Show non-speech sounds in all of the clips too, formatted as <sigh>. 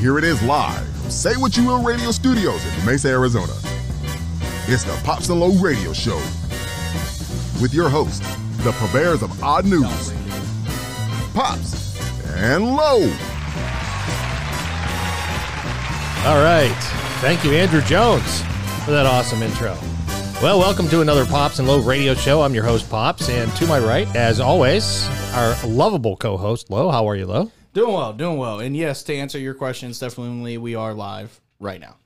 Here it is live. Say what you will radio studios in Mesa, Arizona. It's the Pops and Low Radio Show with your hosts, the purveyors of odd news, Pops and Low. All right. Thank you, Andrew Jones, for that awesome intro. Well, welcome to another Pops and Low radio show. I'm your host, Pops, and to my right, as always, our lovable co host, Low. How are you, Low? Doing well, doing well. And yes, to answer your questions, definitely we are live right now,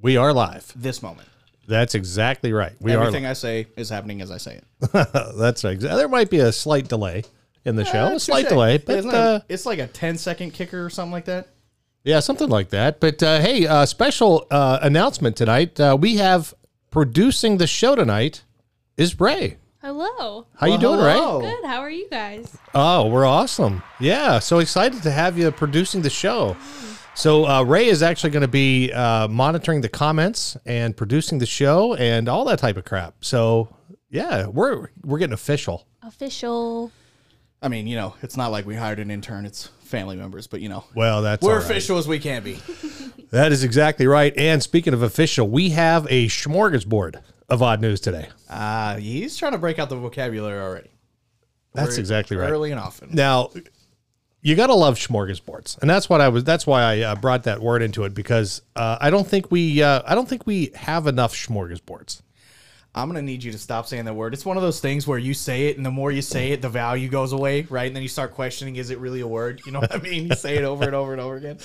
We are live. this moment. That's exactly right. We Everything are. I say is happening as I say it. live. <laughs> That's right. There might be a slight delay in the show, a slight Touche. delay, but it's, not- uh, it's like a 10 second kicker or something like that. yeah, something like that. But uh, hey, uh, special uh, announcement tonight. Uh, we have producing the show tonight is Ray. Hello. How you doing, Ray? Good. How are you guys? Oh, we're awesome. Yeah. So excited to have you producing the show. So, uh, Ray is actually going to be uh, monitoring the comments and producing the show and all that type of crap. So, yeah, we're we're getting official. Official. I mean, you know, it's not like we hired an intern, it's family members, but you know, Well, that's we're all right. official as we can be. That is exactly right. And speaking of official, we have a smorgasbord of odd news today. Uh, he's trying to break out the vocabulary already. That's exactly right. Early and often. Now, you gotta love smorgasbords, and that's what I was. That's why I uh, brought that word into it because uh, I don't think we. Uh, I don't think we have enough smorgasbords. I'm going to need you to stop saying that word. It's one of those things where you say it, and the more you say it, the value goes away, right? And then you start questioning, is it really a word? You know what I mean? You say it over and over and over again.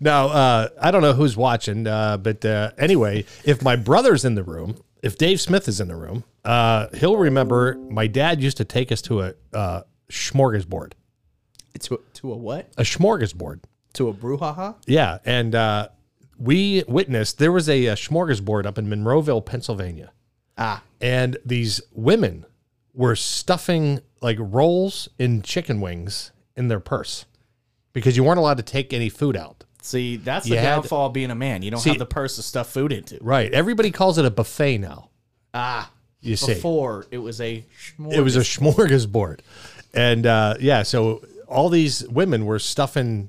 Now, uh, I don't know who's watching, uh, but uh, anyway, if my brother's in the room, if Dave Smith is in the room, uh, he'll remember my dad used to take us to a uh, smorgasbord, to, to a what? a smorgasbord. To a brouhaha? Yeah, and uh, we witnessed there was a, a smorgasbord up in Monroeville, Pennsylvania. Ah, and these women were stuffing like rolls in chicken wings in their purse because you weren't allowed to take any food out. see, that's the You had- downfall of being a man. You don't See- have the purse to stuff food into. Right. Everybody calls it a buffet now. Ah, You see, before it was a schmore. it was a smorgasbord, and uh, yeah, so all these women were stuffing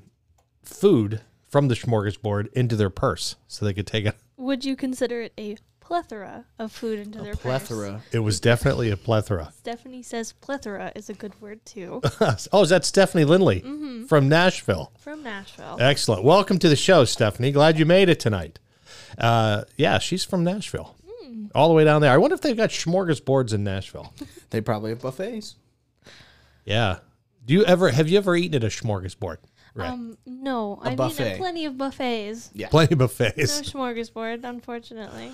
food from the smorgasbord into their purse so they could take it. Would you consider it a plethora of food into their Purse? plethora. It was definitely a plethora. Stephanie says plethora is a good <laughs> word too. Oh, is that Stephanie Lindley from Nashville? From Nashville. Excellent. Welcome to the show, Stephanie. Glad you made it tonight. Uh, yeah, she's from Nashville, all the way down there. I wonder if they've got smorgasbords in Nashville. They probably have buffets. Yeah. Do you ever have you ever eaten at a smorgasbord? Right. Um, no, I've eaten buffet. at plenty of buffets. Plenty of No buffets. smorgasbord, unfortunately.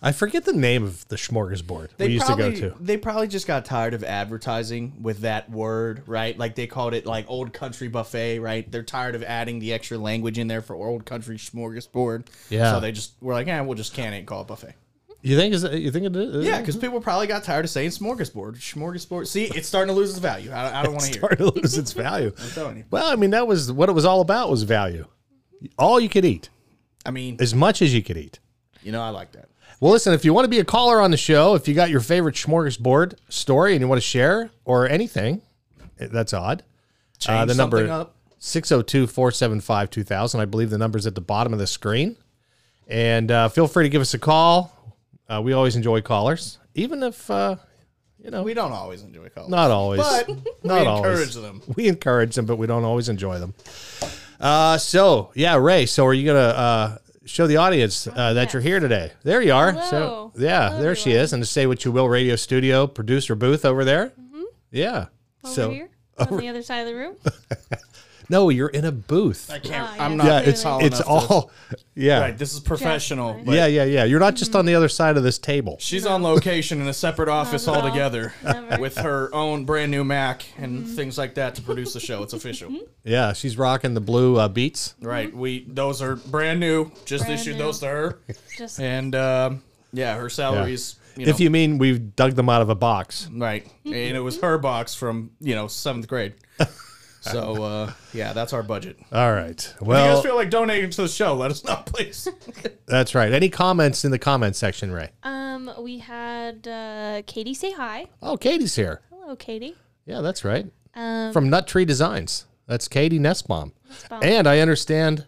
I forget the name of the smorgasbord They we used probably, to go to. They probably just got tired of advertising with that word, right? Like they called it like old country buffet, right? They're tired of adding the extra language in there for old country smorgasbord. Yeah. So they just were like, eh, we'll just can it and call it buffet. You think is that, you think it is? <laughs> Yeah, because people probably got tired of saying smorgasbord. Smorgasbord. See, it's starting to lose its value. I, I don't want to hear it. started to lose its value. I'm telling you. Well, I mean that was what it was all about was value. All you could eat, I mean, as much as you could eat. you know, I like that. Well, listen, if you want to be a caller on the show, if you got your favorite smorgasbord story and you want to share or anything, eh, that's odd. oh Change the number- something up. 602 475 2000. I believe the number's at the bottom of the screen. And uh, feel free to give us a call. Uh, we always enjoy callers, even if uh, We don't always enjoy college. not always. But <laughs> not we always. encourage them. <laughs> We encourage them, but we don't always enjoy them. Uh, so, yeah, Ray, so are you going to uh, show the audience uh, that you're here today? There you are. Hello. So, yeah, Hello, there she everyone. is. And to say what you will, radio studio producer booth over there. Yeah. Mm-hmm. Over so, oh. here? On the other side of <laughs> the room? no, you're in a booth. I can't. Ah, I'm yeah. not. yeah, it's tall it's enough to- all. Yeah. <laughs> Right, this is professional. Just but yeah, yeah, yeah. You're not just Mm-hmm. on the other side of this table. She's on location in a separate office at all. altogether Never. Mm-hmm. with her own brand new Mac and things like that to produce the show. It's official. Yeah, she's rocking the blue uh, beats. Right. We those are brand new. Just Mm-hmm. Brand issued new. those to her. Just And um, yeah, her Yeah. salary's you know, if you mean we've dug them out of a box. right. And it was Mm-hmm. her box from, you know, <laughs> seventh grade. So uh, yeah, that's our budget. All right. if you Well, guys feel like donating to the show, let us know, please. that's right. Any comments in the comment section, Ray? um we had uh Katie say hi. Oh, Katie's here. Hello, Katie. Yeah, that's right. Um From Nut Tree Designs. That's Katie Nestbaum. Nestbaum. And I understand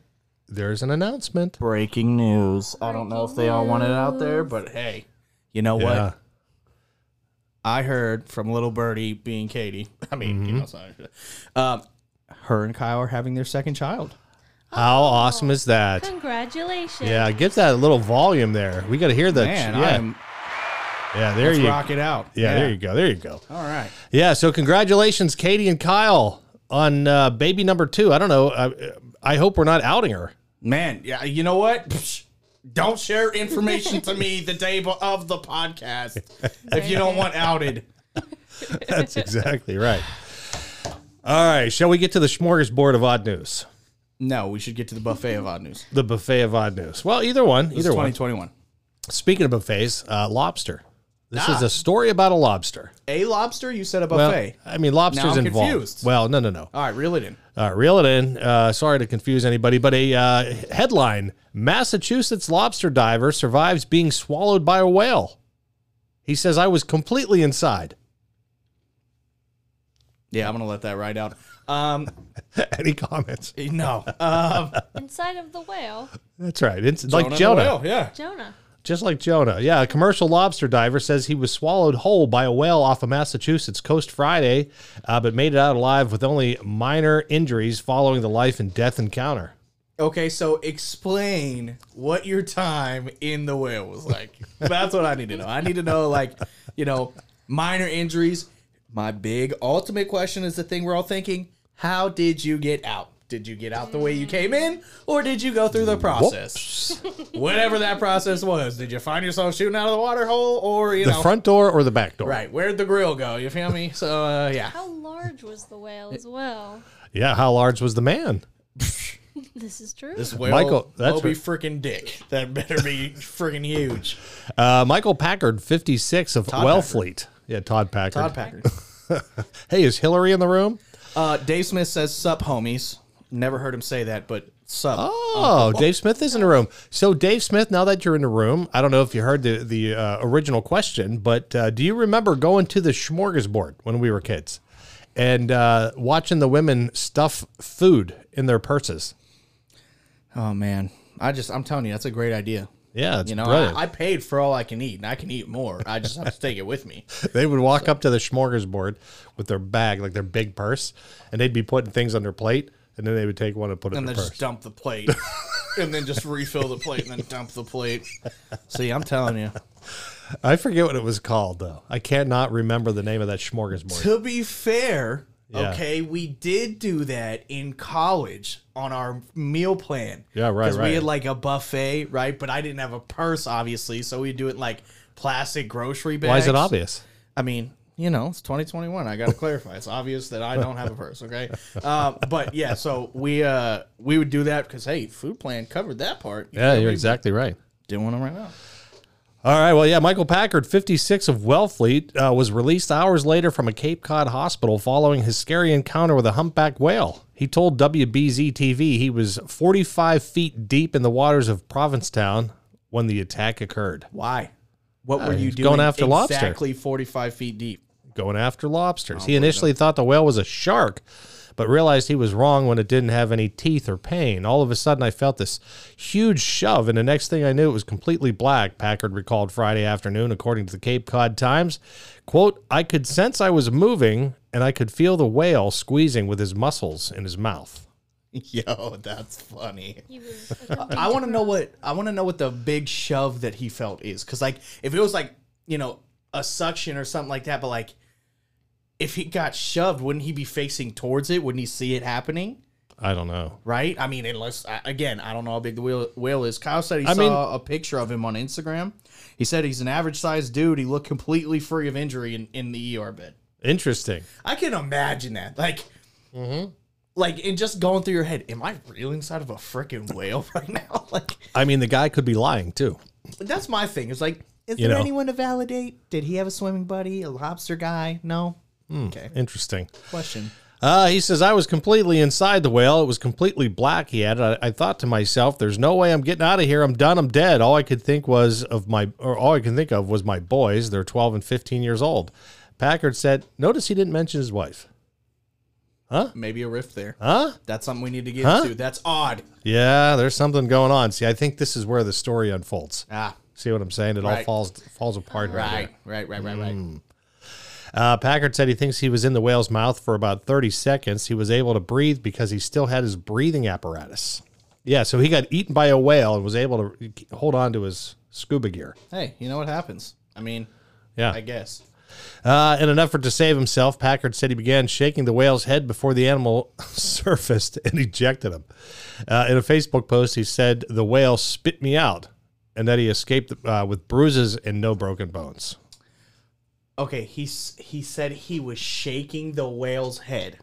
there's an announcement. <laughs> Breaking news. I don't know if they all want it out there, but hey, you know Yeah. what? I heard from Little Birdie being Katie. <laughs> I mean, you know, sorry. Mm-hmm. Um, her and Kyle are having their second child. How awesome is that? Congratulations. Yeah, get that little volume there. We got to hear that. Man, yeah, I am yeah. There you. rock it out. Yeah, there you go. There you go. All right. Yeah. So congratulations, Katie and Kyle, on uh, baby number two. I don't know. I, I hope we're not outing her. <laughs> Man, yeah, you know what? Psh, Don't share information to me the day bo- of the <laughs> podcast if you don't want outed. That's exactly right. All right. Shall we get to the smorgasbord of odd news? No, we should get to the buffet of odd news. The buffet of odd news. Well, either one. It's Either one. 2021. Speaking of buffets, uh, lobster. This Ah. is a story about a lobster. A lobster? You said a Well, buffet. I mean, lobster's Now I'm involved. confused. Well, no, no, no. All right, reel it in. Uh, reel it in. Uh, sorry to confuse anybody, but a uh, headline Massachusetts lobster diver survives being swallowed by a whale. He says, I was completely inside. <laughs> Yeah, I'm gonna let that ride out. Um, Any comments? no, um, Inside of the whale, That's right. It's like Jonah Jonah. Noel, yeah. Jonah. Just like Jonah. Yeah, a commercial lobster diver says he was swallowed whole by a whale off of Massachusetts coast Friday, uh, but made it out alive with only minor injuries following the life and death encounter. Okay, so explain what your time in the whale was like. <laughs> That's what I need to know. I need to know, like, you know, minor injuries. My big ultimate question is the thing we're all thinking: How did you get out? Did you get out the way you came in, or did you go through the process? <laughs> Whatever that process was, did you find yourself shooting out of the water hole, or you The know, front door or the back door? right? Where'd the grill go? You feel me? So uh, yeah. How large was the whale as well? Yeah, how large was the man? This is true. This whale, Michael, Michael, that's will be right. freaking dick. That better be freaking huge. Uh, Michael Packard, 56 of Todd Wellfleet. Yeah, Todd Packard. Todd Packard. hey, is Hillary in the room? Uh, Dave Smith says, "Sup, homies." Never heard him say that, but sup. Oh, Dave Smith is in the room. So, Dave Smith, now that you're in the room, I don't know if you heard the, the uh, original question, but uh, do you remember going to the smorgasbord when we were kids and uh, watching the women stuff food in their purses? Oh man, I just I'm telling you, that's a great idea. Yeah, it's You know, brilliant. I, I paid for all I can eat, and I can eat more. I just have to take it <laughs> with me. they would walk up to the smorgasbord with their bag, like their big purse, and they'd be putting things on their plate, and then they would take one and put it in And their then purse. just dump the plate, and then just refill the plate, and then dump <laughs> the plate. See, I'm telling you. I forget what it was called though. I cannot remember the name of that smorgasbord. To be fair, Yeah. okay, we did do that in college on our meal plan. Yeah, right, we right. had like a buffet, right? But I didn't have a purse, obviously, so we do it in, like plastic grocery bags. Why is it obvious? I mean, you know, it's 2021. I got to clarify. It's obvious that I don't have a <laughs> purse, okay? Um, but yeah, so we uh we would do that because hey, food plan covered that part. You Yeah, feel you're me? exactly right. Doing them right now. All right, well, yeah, Michael Packard, 56 of Wellfleet, uh, was released hours later from a Cape Cod hospital following his scary encounter with a humpback whale. He told WBZ TV he was 45 feet deep in the waters of Provincetown when the attack occurred, Why? What were you he's doing? Uh, going after lobster. Exactly 45 feet deep. <laughs> going after lobsters. he initially thought the whale was a shark, but realized he was wrong when it didn't have any teeth or pain. All of a sudden, I felt this huge shove, and the next thing I knew, it was completely black. Packard recalled Friday afternoon, according to the Cape Cod Times. "Quote: I could sense I was moving, and I could feel the whale squeezing with his muscles in his mouth." Yo, that's funny. He was <laughs> a Oh, complete I want to know what I want to know what the big shove that he felt is because like if it was like you know a suction or something like that, but like if he got shoved, wouldn't he be facing towards it? Wouldn't he see it happening? I don't know. Right? I mean, unless I- again, I don't know how big the whale, whale is. Kyle said he I saw mean- a picture of him on Instagram. He said he's an average sized dude. He looked completely free of injury in, in the ER bed. Interesting. I can imagine that. Like, Mm-hmm. like, and just going through your head, am I real inside of a freaking whale <laughs> right now? Like, I mean, the guy could be lying too. that's my thing. It's like, is You there know. anyone to validate? Did he have a swimming buddy, a lobster guy? No. Hmm. Okay. Interesting. Question. Uh, he says, I was completely inside the whale. It was completely black, he added. I, I thought to myself, there's no way I'm getting out of here. I'm done. I'm dead. All I could think was of my, or all I can think of was my boys. They're 12 and 15 years old. Packard said, notice he didn't mention his wife. Huh? Maybe a rift there. Huh? That's something we need to get Huh? into. That's odd. Yeah, there's something going on. See, I think this is where the story unfolds. Ah. See what I'm saying? It all Right. falls falls apart right, Hmm. Right, here. right, right, right, right. Uh, Packard said he thinks he was in the whale's mouth for about 30 seconds. He was able to breathe because he still had his breathing apparatus. Yeah, so he got eaten by a whale and was able to hold on to his scuba gear. Hey, you know what happens? I mean, Yeah. I guess. Uh, in an effort to save himself, Packard said he began shaking the whale's head before the animal <laughs> surfaced and ejected him. Uh, in a Facebook post, he said, The whale spit me out, and that he escaped uh, with bruises and no broken bones. Okay, he s- he said he was shaking the <laughs> whale's head.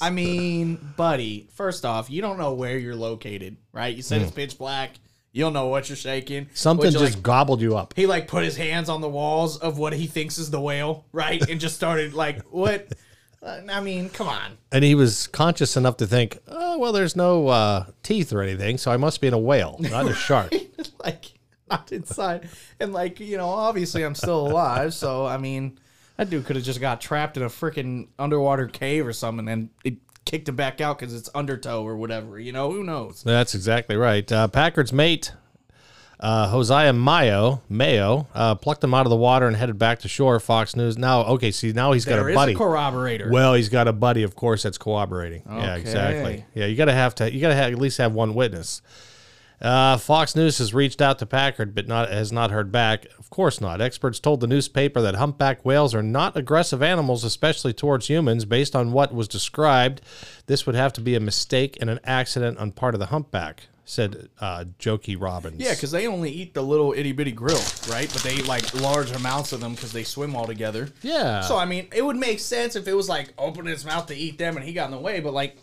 I mean, buddy, first off, you don't know where you're located, right? You said it's pitch black. You don't know what you're shaking. Hmm. Something Would you just like- gobbled you up. he like put his hands on the walls of what he thinks is the whale, right? And just started like, <laughs> what? Uh, I mean, come on. <laughs> And he was conscious enough to think, oh, well, there's no uh, teeth or anything, so I must be in a whale, not a <laughs> shark. like not inside. And like, you know, obviously I'm still alive, so I mean, that dude could have just got trapped in a freaking underwater cave or something and it kicked him back out cuz it's undertow or whatever, you know, who knows. That's exactly right. Uh, Packard's mate, uh, Hosea Mayo, Mayo uh, plucked him out of the water and headed back to shore. Fox News. Now, okay, see, now he's got There a is buddy. a corroborator. well, he's got a buddy, of course, that's cooperating. Yeah, Okay. exactly. Yeah, you gotta have to. You gotta have, at least have one witness. Uh, Fox News has reached out to Packard, but not has not heard back. Of course not. Experts told the newspaper that humpback whales are not aggressive animals, especially towards humans. Based on what was described, this would have to be a mistake and an accident on part of the humpback," said uh, Jokey Robbins. yeah, cuz they only eat the little itty bitty grill, right? But they eat like large amounts of them cuz they swim all together. yeah. So I mean, it would make sense if it was like opening his mouth to eat them and he got in the way, but like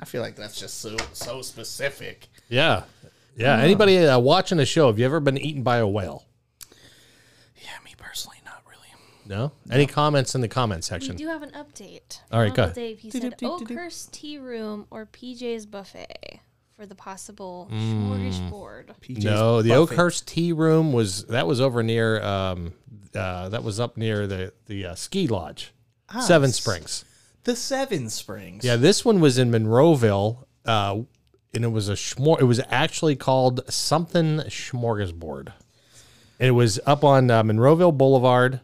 I feel like that's just so so specific. yeah, yeah. Anybody uh, watching the show? Have you ever been eaten by a whale? Yeah, me personally not really. No? Any comments in the comment We section? do have an update. All right, Uncle go ahead. Dave, he said Oakhurst Tea Room or PJ's Buffet for the possible Mm. smorgasbord. No, the Buffet. Oakhurst Tea Room was that was over near um, uh, that was up near the the uh, ski lodge, Seven Springs. The Seven Springs. Yeah, this one was in Monroeville, uh, and it was a schmor. It was actually called something smorgasbord. And it was up on uh, Monroeville Boulevard,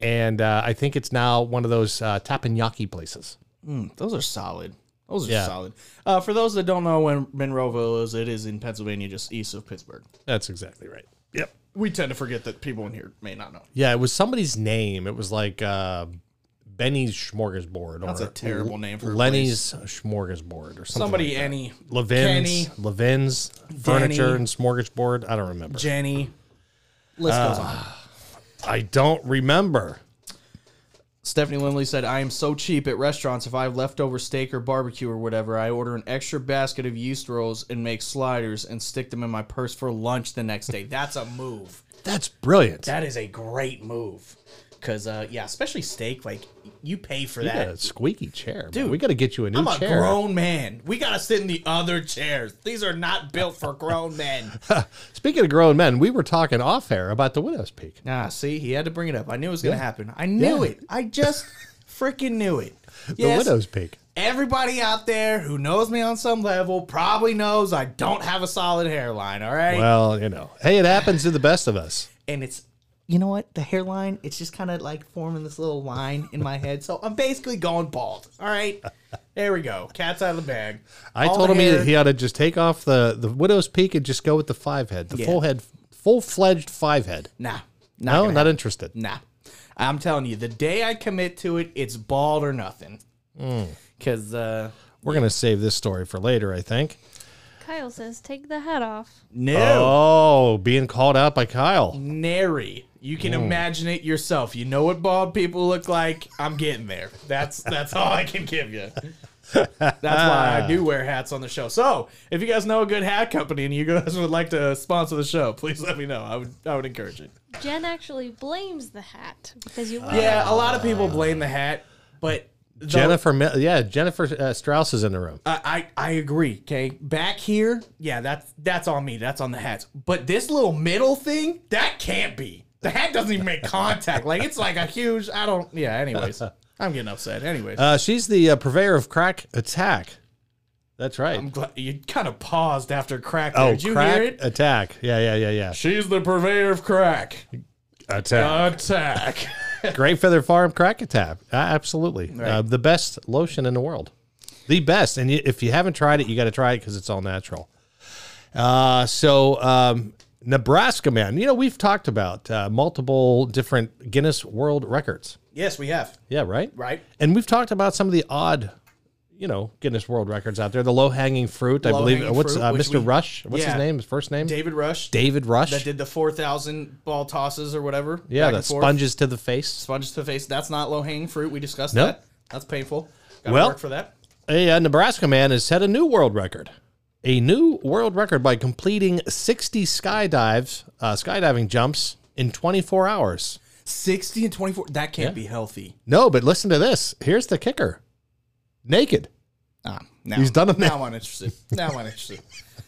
and uh, I think it's now one of those uh, teppanyaki places. Those are solid. Those are Yeah. solid. Uh, for those that don't know when Monroeville is, it is in Pennsylvania, just east of Pittsburgh. That's exactly right. Yep. We tend to forget that people in here may not know. Yeah, it was somebody's name. It was like uh, Benny's Smorgasbord. That's or a terrible name for a Lenny's Smorgasbord or something. Somebody, like Annie, that. Levin's, Kenny, Levin's Furniture Danny. and Smorgasbord. I don't remember. Jenny. List Uh, goes on. I don't remember. Stephanie Lindley said, I am so cheap at restaurants. If I have leftover steak or barbecue or whatever, I order an extra basket of yeast rolls and make sliders and stick them in my purse for lunch the next day. That's a move. That's brilliant. That is a great move. Cause uh, yeah, especially steak, like you pay for yeah, that. a squeaky chair, dude. We got to get you a new I'm a chair. grown man. We gotta sit in the other chairs. These are not built for <laughs> grown men. Speaking of grown men, we were talking off air about the Widow's Peak. ah, see, he had to bring it up. I knew it was gonna happen. I knew Yeah. it. <laughs> I just freaking knew it. The Widow's Peak. Everybody out there who knows me on some level probably knows I don't have a solid hairline. All right, Well, you know, hey, it happens to the best of us. and it's. You know what? The hairline, it's just kind of like forming this little line in my head. So I'm basically going bald. All <laughs> right. There we go. Cat's out of the bag. I All told the him hair- he, he ought to just take off the, the widow's peak and just go with the five head, the Yeah. full head, full fledged five head. Nah. Not No, gonna not interested. Nah. I'm telling you, the day I commit to it, it's bald or nothing. Hmm. Because, uh, We're gonna save this story for later, I think. Kyle says, take the hat off. no, Oh, being called out by Kyle. nary. You can imagine it yourself. You know what bald people look like. I'm getting there. That's that's all I can give you. That's why I do wear hats on the show. So, if you guys know a good hat company and you guys would like to sponsor the show, please let me know. I would I would encourage it. Jen actually blames the hat because Uh, you wear Yeah, a lot of people blame the hat, but the- Jennifer, Mi- yeah, Jennifer uh, Strauss is in the room. I, I I agree. Okay, back here, yeah, that's that's on me. That's on the hats. But this little middle thing, that can't be. The hat doesn't even make contact. Like it's like a huge. I don't. Yeah. Anyways, I I'm getting upset. Anyways, Uh, she's the uh, purveyor of crack attack. That's right. I'm glad you kind of paused after crack. There. oh, Did you crack hear it? attack. Yeah, yeah, yeah, yeah. She's the purveyor of crack. Attack. Attack. Great Feather Farm crack attack. Uh, absolutely. Uh, the best lotion in the world. The best. And you, if you haven't tried it, you got to try it because it's all natural. Uh, so, um, Nebraska man, you know, we've talked about uh, multiple different Guinness World Records. yes, we have. Yeah, right? Right. And we've talked about some of the odd, you know, Guinness World Records out there. The low hanging fruit, I believe. Low-hanging What's fruit, uh, which Mr. we- Rush? What's yeah. his name? His first name? David Rush David Rush. that did the 4,000 ball tosses or whatever. yeah, back the and forth. sponges to the face. Sponges to the face. That's not low hanging fruit. We discussed Nope. that. That's painful. Gotta Well- work for that. A uh, Nebraska man has set a new world record. A new world record by completing 60 skydives, uh, skydiving jumps in 24 hours. 60 and 24. That can't be healthy. No, but listen to this. Here's the kicker naked. Ah, now, He's done it now. Now I'm interested. Now I'm interested.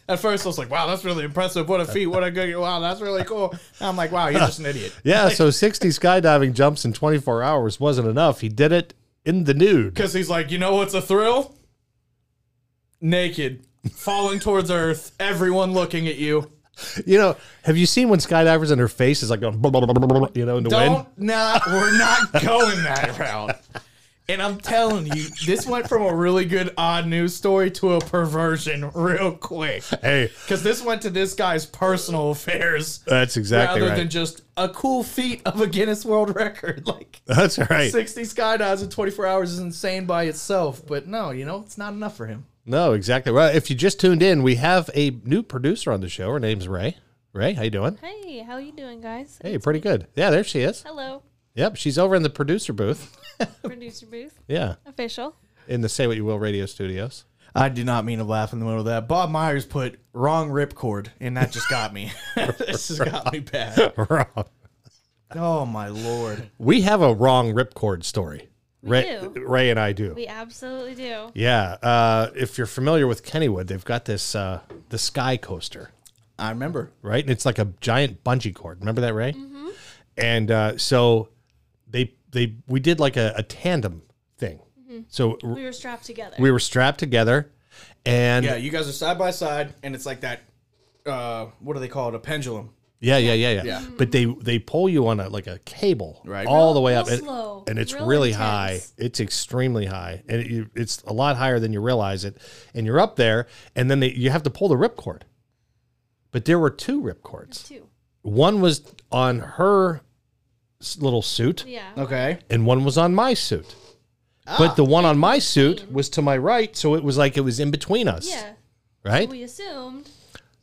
At first, I was like, wow, that's really impressive. What a feat. What a good. Wow, that's really cool. Now I'm like, wow, you're just an idiot. Yeah, <laughs> so 60 skydiving jumps in 24 hours wasn't enough. He did it in the nude. Because he's like, you know what's a thrill? Naked, falling towards Earth, everyone looking at you. You know, have you seen when skydivers and her face is like going, blah, blah, blah, blah, blah, blah, you know, in the wind? Don't, nah, we're not going that route. And I'm telling you, this went from a really good odd news story to a perversion real quick. Hey, Because this went to this guy's personal affairs that's exactly rather right. <laughs> than just a cool feat of a Guinness World Record. <laughs> Like that's right. 60 skydives in 24 hours is insane by itself. But no, you know, it's not enough for him. No, exactly. Well, if you just tuned in, we have a new producer on the show. Her name's Ray. Ray, how you doing? Hey, how you doing, guys? Hey, pretty good. Yeah, there she is. Hello, Yep, she's over in the producer booth. producer booth Yeah, official. in the Say What You Will radio studios. I did not mean to laugh in the middle of that. Bob Myers put wrong ripcord, and that just got me. <laughs> this has got me bad. Wrong. Oh, my Lord. We have a wrong ripcord story. Ray, do. Ray and I do. We absolutely do. yeah, uh, if you're familiar with Kennywood, they've got this uh, the Sky Coaster. I remember. right? And it's like a giant bungee cord. Remember that, Ray? Mm-hmm. And uh, so they they we did like a, a tandem thing. Mm-hmm. So r- We were strapped together. we were strapped together, and Yeah, yeah, you guys are side by side, and it's like that. Uh, what do they call it? A pendulum. yeah, yeah, yeah. Yeah. But they they pull you on a like a cable Right. all the Real- way real up, and, slow, and it's real really intense. high. It's extremely high, and it, you, it's a lot higher than you realize it. And you're up there, and then they, you have to pull the ripcord. But there were two ripcords. too. One was on her s- little suit, Yeah. Okay. and one was on my suit. But the one on my suit was to my right, so it was like it was in between us, Yeah. right? We assumed.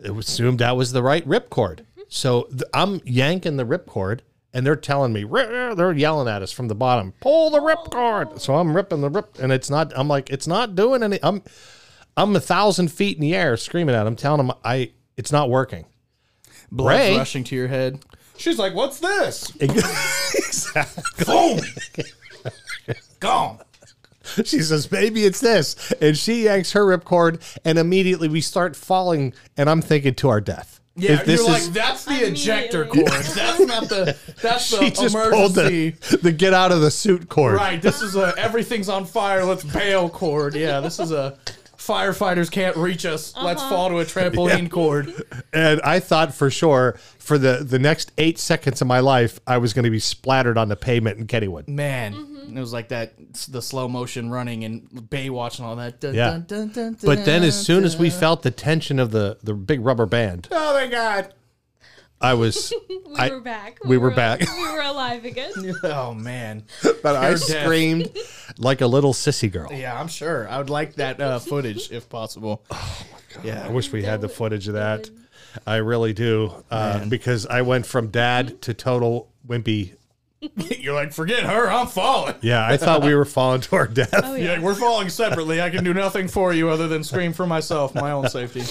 it was assumed that was the right ripcord. So th- I'm yanking the ripcord, and they're telling me, "Rip-" they're yelling at us from the bottom, pull the ripcord. So I'm ripping the rip, and it's not. I'm like, it's not doing any. I'm, I'm a thousand feet in the air, screaming at them, telling them, I, it's not working. Blood's Ray. rushing to your head. She's like, "What's this?" <laughs> exactly. Boom. <laughs> Gone. <laughs> She says, "Baby, it's this," and she yanks her ripcord, and immediately we start falling. And I'm thinking to our death. Yeah, if this you're <laughs> is like, "That's the ejector cord. Immediately. That's not <laughs> the. That's the she just pulled emergency." the, the get out of the suit cord. Right. This is a everything's on fire. Let's bail cord. Yeah. This is a firefighters can't reach us. Let's fall to a trampoline <laughs> cord. And I thought for sure for the the next eight seconds of my life, I was going to be splattered on the pavement in Kennywood. Man, it was like that. The slow motion running and Baywatch and all that. Dun, Yeah. Dun, dun, dun, But then, as dun, soon as we dun. felt the tension of the the big rubber band, oh my god. <laughs> I was. We I- were back. we were back. <laughs> We were alive again. <laughs> Oh man. But I Pure death. screamed like a little sissy girl. Yeah, I'm sure. I would like that uh, footage if possible. Oh, I wish we had the footage of that. I really do, uh, because I went from dad to total wimpy. <laughs> You're like, forget her. I'm falling. Yeah, I thought we were falling to our death. Oh You're yeah. like, we're falling separately. I can do nothing for you other than scream for myself, my own safety.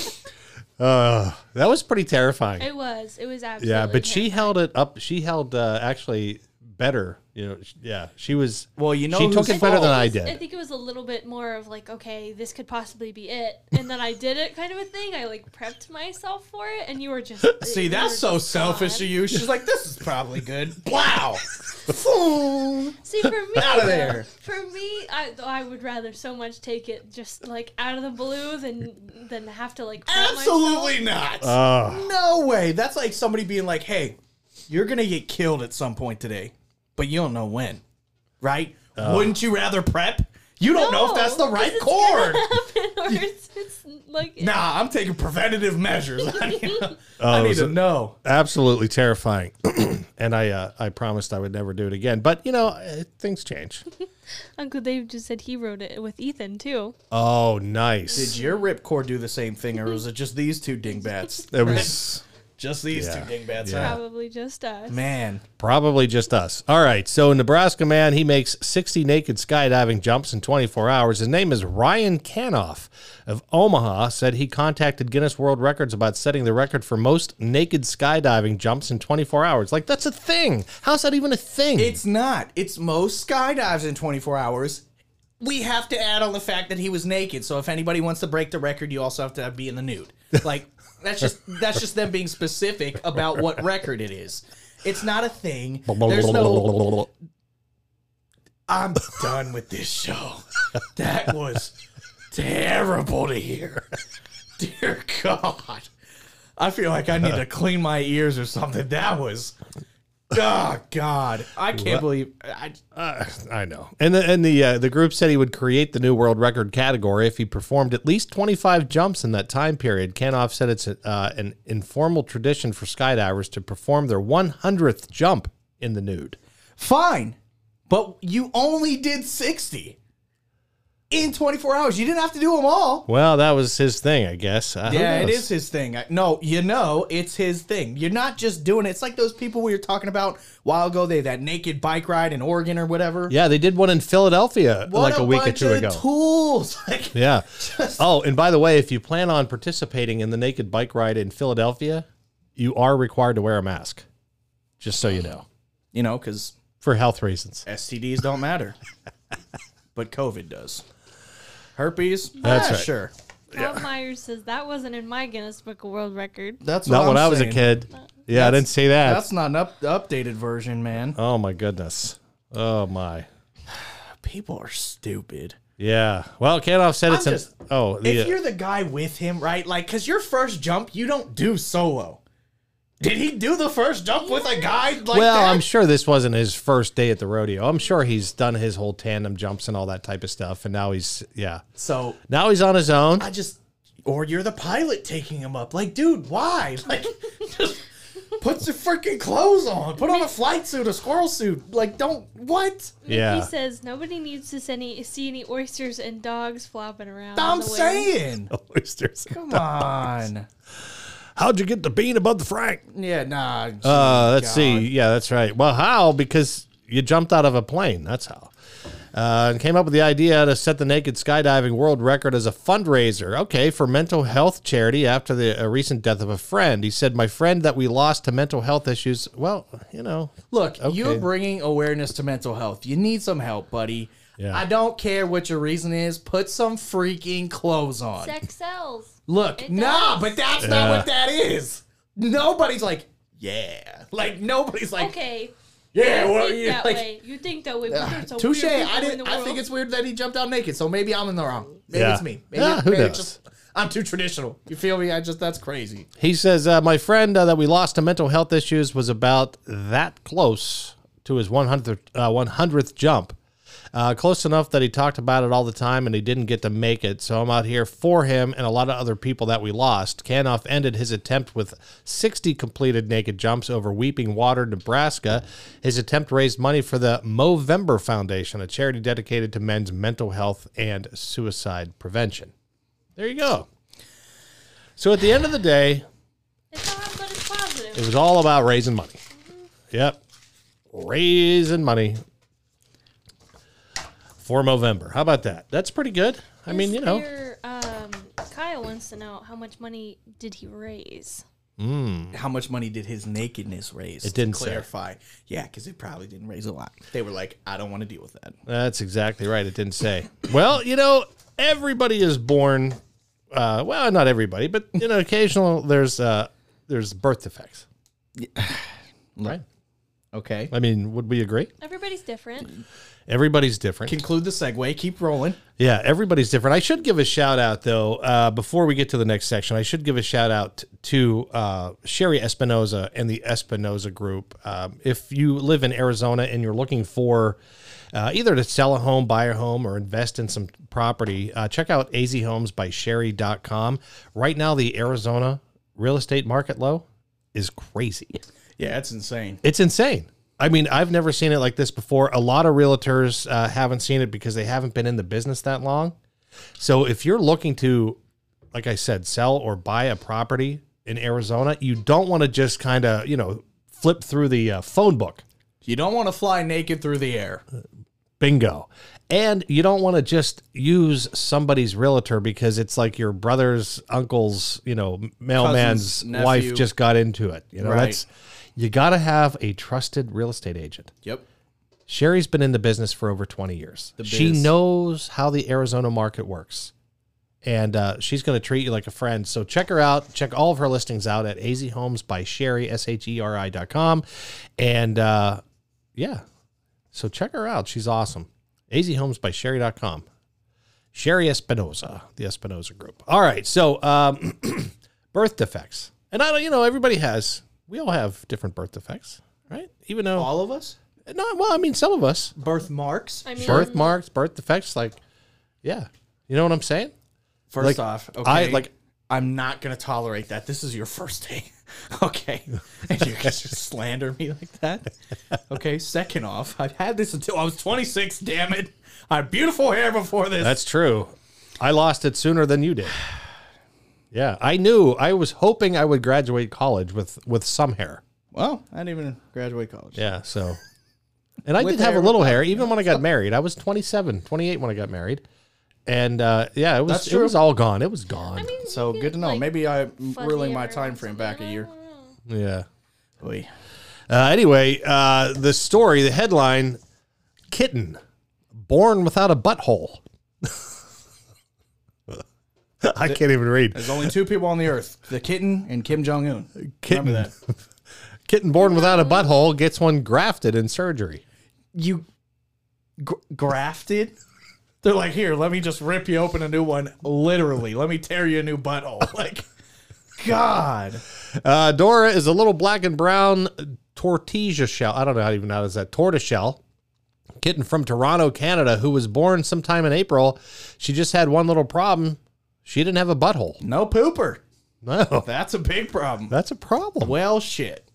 Uh, that was pretty terrifying. It was. It was absolutely. Yeah, but she held it up. She held uh, actually better You know, sh- yeah, she was. Well, you know she took whose it better than fault. I I did. think it was a little bit more of like, okay, this could possibly be it, and then I did it, kind of a thing. I like prepped myself for it, and you were just <laughs> See, you that's were so just selfish gone. of you. She's like, this is probably good. Wow. <laughs> Boom. <laughs> See, for me, Outta though, there. For me, I, though I would rather so much take it just like out of the blue than than have to like prep myself. Absolutely not. Uh, no way. That's like somebody being like, hey, you're going to get killed at some point today, but you don't know when, right? Wouldn't you rather prep? You don't know if that's the No, 'cause right it's chord. <laughs> or it's, it's like Nah, I'm taking preventative measures. <laughs> I need, I Oh, need so- to know. absolutely terrifying. <clears throat> and I, uh, I promised I would never do it again. But you know, eh, things change. Uncle Dave just said he wrote it with Ethan too. <laughs> Oh, nice. Did your ripcord do the same thing, or was it just these two dingbats? It was Just these Yeah. two dingbats, Yeah. huh? Probably just uh, us. Man. probably just us. All right. So, Nebraska man, he makes 60 naked skydiving jumps in 24 hours. His name is Ryan Canoff of Omaha. Said he contacted Guinness World Records about setting the record for most naked skydiving jumps in 24 hours. Like, that's a thing. How's that even a thing? It's not. It's most skydives in 24 hours. We have to add on the fact that he was naked. So if anybody wants to break the record, you also have to be in the <laughs> nude. Like that's just that's just them being specific about what record it is. It's not <laughs> a thing. There's no. I'm done with this show. That was terrible to hear. Dear God, I feel like I need to clean my ears or something. That was. Oh God, I can't believe I. Uh, I know. And the and the uh, the group said he would create the new world record category if he performed at least 25 jumps in that time period. Kanoff said it's uh, an informal tradition for skydivers to perform their 100th jump in the nude. Fine. But you only did 60 in 24 hours. You didn't have to do them all. Well, that was his thing, I guess. Uh, who Yeah, it knows? is his thing. I- No, you know, it's his thing. You're not just doing it. It's like those people we were talking about a while ago. They had that naked bike ride in Oregon or whatever. Yeah, they did one in Philadelphia What like a, week or bunch two of ago. Tools. <laughs> Like, yeah. Oh, and by the way, if you plan on participating in the naked bike ride in Philadelphia, you are required to wear a mask. Just so you know, you know, because for health reasons. STDs don't <laughs> matter, but COVID does. Herpes? That's Ah, right. Sure. Bob Myers says that wasn't in my Guinness Book of World Record. That's Not what when I'm I was a saying. kid. Yeah, I didn't see that. That's not an up- updated version, man. Oh my goodness. Oh my. People are stupid. Yeah. Well, Kanoff said it's I'm an just- oh if the, you're the guy with him, right? Like, cause your first jump, you don't do solo. Did he do the first jump with a guy like well, that? I'm sure this wasn't his first day at the rodeo. I'm sure he's done his whole tandem jumps and all that type of stuff, and now he's yeah. so Now he's on his own. I just, or you're the pilot taking him up. Like, dude, why? <laughs> Like, just put your freaking clothes on. Put on a flight suit, a squirrel suit. Like, don't what? He Yeah. says nobody needs to see any, see any oysters and dogs flopping around. on I'm the wing." saying. <laughs> Oysters. Come on. How'd you get the bean above the frank? Yeah, nah. Uh, let's God. see. Yeah, that's right. Well, how? Because you jumped out of a plane. That's how. Uh, and came up with the idea to set the naked skydiving world record as a fundraiser. Okay, for mental health charity after the uh, recent death of a friend. He said, "My friend that we lost to mental health issues. Well, you know, Look, you're bringing awareness to mental health. You need some help, buddy. Yeah. I don't care what your reason is. Put some freaking clothes on. Sex sells. Look, It nah, does. but that's not what that is. Nobody's like, yeah. Like nobody's like, Okay. yeah. you Well, think yeah. that Like, way. You think that way. but there's so touche. weird I people in didn't. the I think world. it's weird that he jumped out naked. So maybe I'm in the wrong. Maybe Yeah. it's me. Maybe, Yeah, who maybe knows? it's just I'm too traditional. You feel me? I just that's crazy. He says, uh, My friend uh, that we lost to mental health issues was about that close to his 100th, uh, 100th jump. Uh, close enough that he talked about it all the time and he didn't get to make it. So I'm out here for him and a lot of other people that we lost. Canoff ended his attempt with 60 completed naked jumps over Weeping Water, Nebraska. His attempt raised money for the Movember Foundation, a charity dedicated to men's mental health and suicide prevention. There you go. So at the end of the day, It's odd, but it's positive. it was all about raising money. Yep. Raising money for Movember. How about that? That's pretty good. I mean, Is you know, there, um, Kyle wants to know how much money did he raise? How much money did his nakedness raise? It didn't to say. clarify. Yeah, because it probably didn't raise a lot. They were like, I don't want to deal with that. That's exactly right. It didn't say. Well, you know, everybody is born. Uh, well, not everybody, but you know, occasional there's uh, there's birth defects. Right. Okay. I mean, would we agree? Everybody's different. Everybody's different. Conclude the segue. Keep rolling. Yeah, everybody's different. I should give a shout out though. Uh, before we get to the next section, I should give a shout out to uh, Sherry Espinoza and the Espinoza Group. Um, if you live in Arizona and you're looking for uh, either to sell a home, buy a home, or invest in some property, uh, check out azhomesbysherry.com. Right now, the Arizona real estate market low is crazy. Yeah, that's insane. It's insane. I mean, I've never seen it like this before. A lot of realtors uh, haven't seen it because they haven't been in the business that long. So if you're looking to, like I said, sell or buy a property in Arizona, you don't want to just kind of, you know, flip through the uh, phone book. You don't want to fly naked through the air. Bingo. And you don't want to just use somebody's realtor because it's like your brother's uncle's, you know, mailman's Cousin's wife nephew. just got into it. You know, Right. that's you got to have a trusted real estate agent. Yep. Sherry's been in the business for over 20 years. The She biz. knows how the Arizona market works. And uh, she's going to treat you like a friend. So check her out. Check all of her listings out at AZ Homes by Sherry, S H E R I dot com. And uh, yeah, so check her out. She's awesome. AZ Homes by Sherry dot com. Sherry Espinoza, the Espinoza Group. All right. So um, <clears throat> birth defects. And I don't, you know, everybody has, we all have different birth defects, right? Even though, All of us? no, well, I mean, some of us Birthmarks? I mean, birthmarks, birth defects, like, yeah, you know what I'm saying? First Like, off, okay. I, like- I'm not gonna tolerate that. This is your first day. <laughs> okay. And you guys just slander me like that. Okay. Second off, I've had this until I was 26, damn it. I had beautiful hair before this. That's true. I lost it sooner than you did. <sighs> Yeah, I knew. I was hoping I would graduate college with with some hair. well, I didn't even graduate college. Yeah, so. And I With did have hair, a little <laughs> hair, even when I got married. I was 27, 28 when I got married, and uh, yeah, it was That's it true. was all gone. It was gone. I mean, So you good could, to know. like, Maybe I'm fuzzy reeling my every time once frame in back a while. year. yeah. Oy. Uh, anyway, uh, the story, the headline: Kitten born without a butthole. <laughs> I can't even read. There's only two people on the earth: the kitten and Kim Jong Un. Kitten, kitten born without a butthole gets one grafted in surgery. You gr- grafted. They're like, here, let me just rip you open a new one. Literally, let me tear you a new butthole. <laughs> Like, God, Uh, Dora is a little black and brown tortilla shell. I don't know how to even how is that tortoiseshell kitten from Toronto, Canada, who was born sometime in April. She just had one little problem. She didn't have a butthole. no pooper. No, That's a big problem. that's a problem. Well, shit.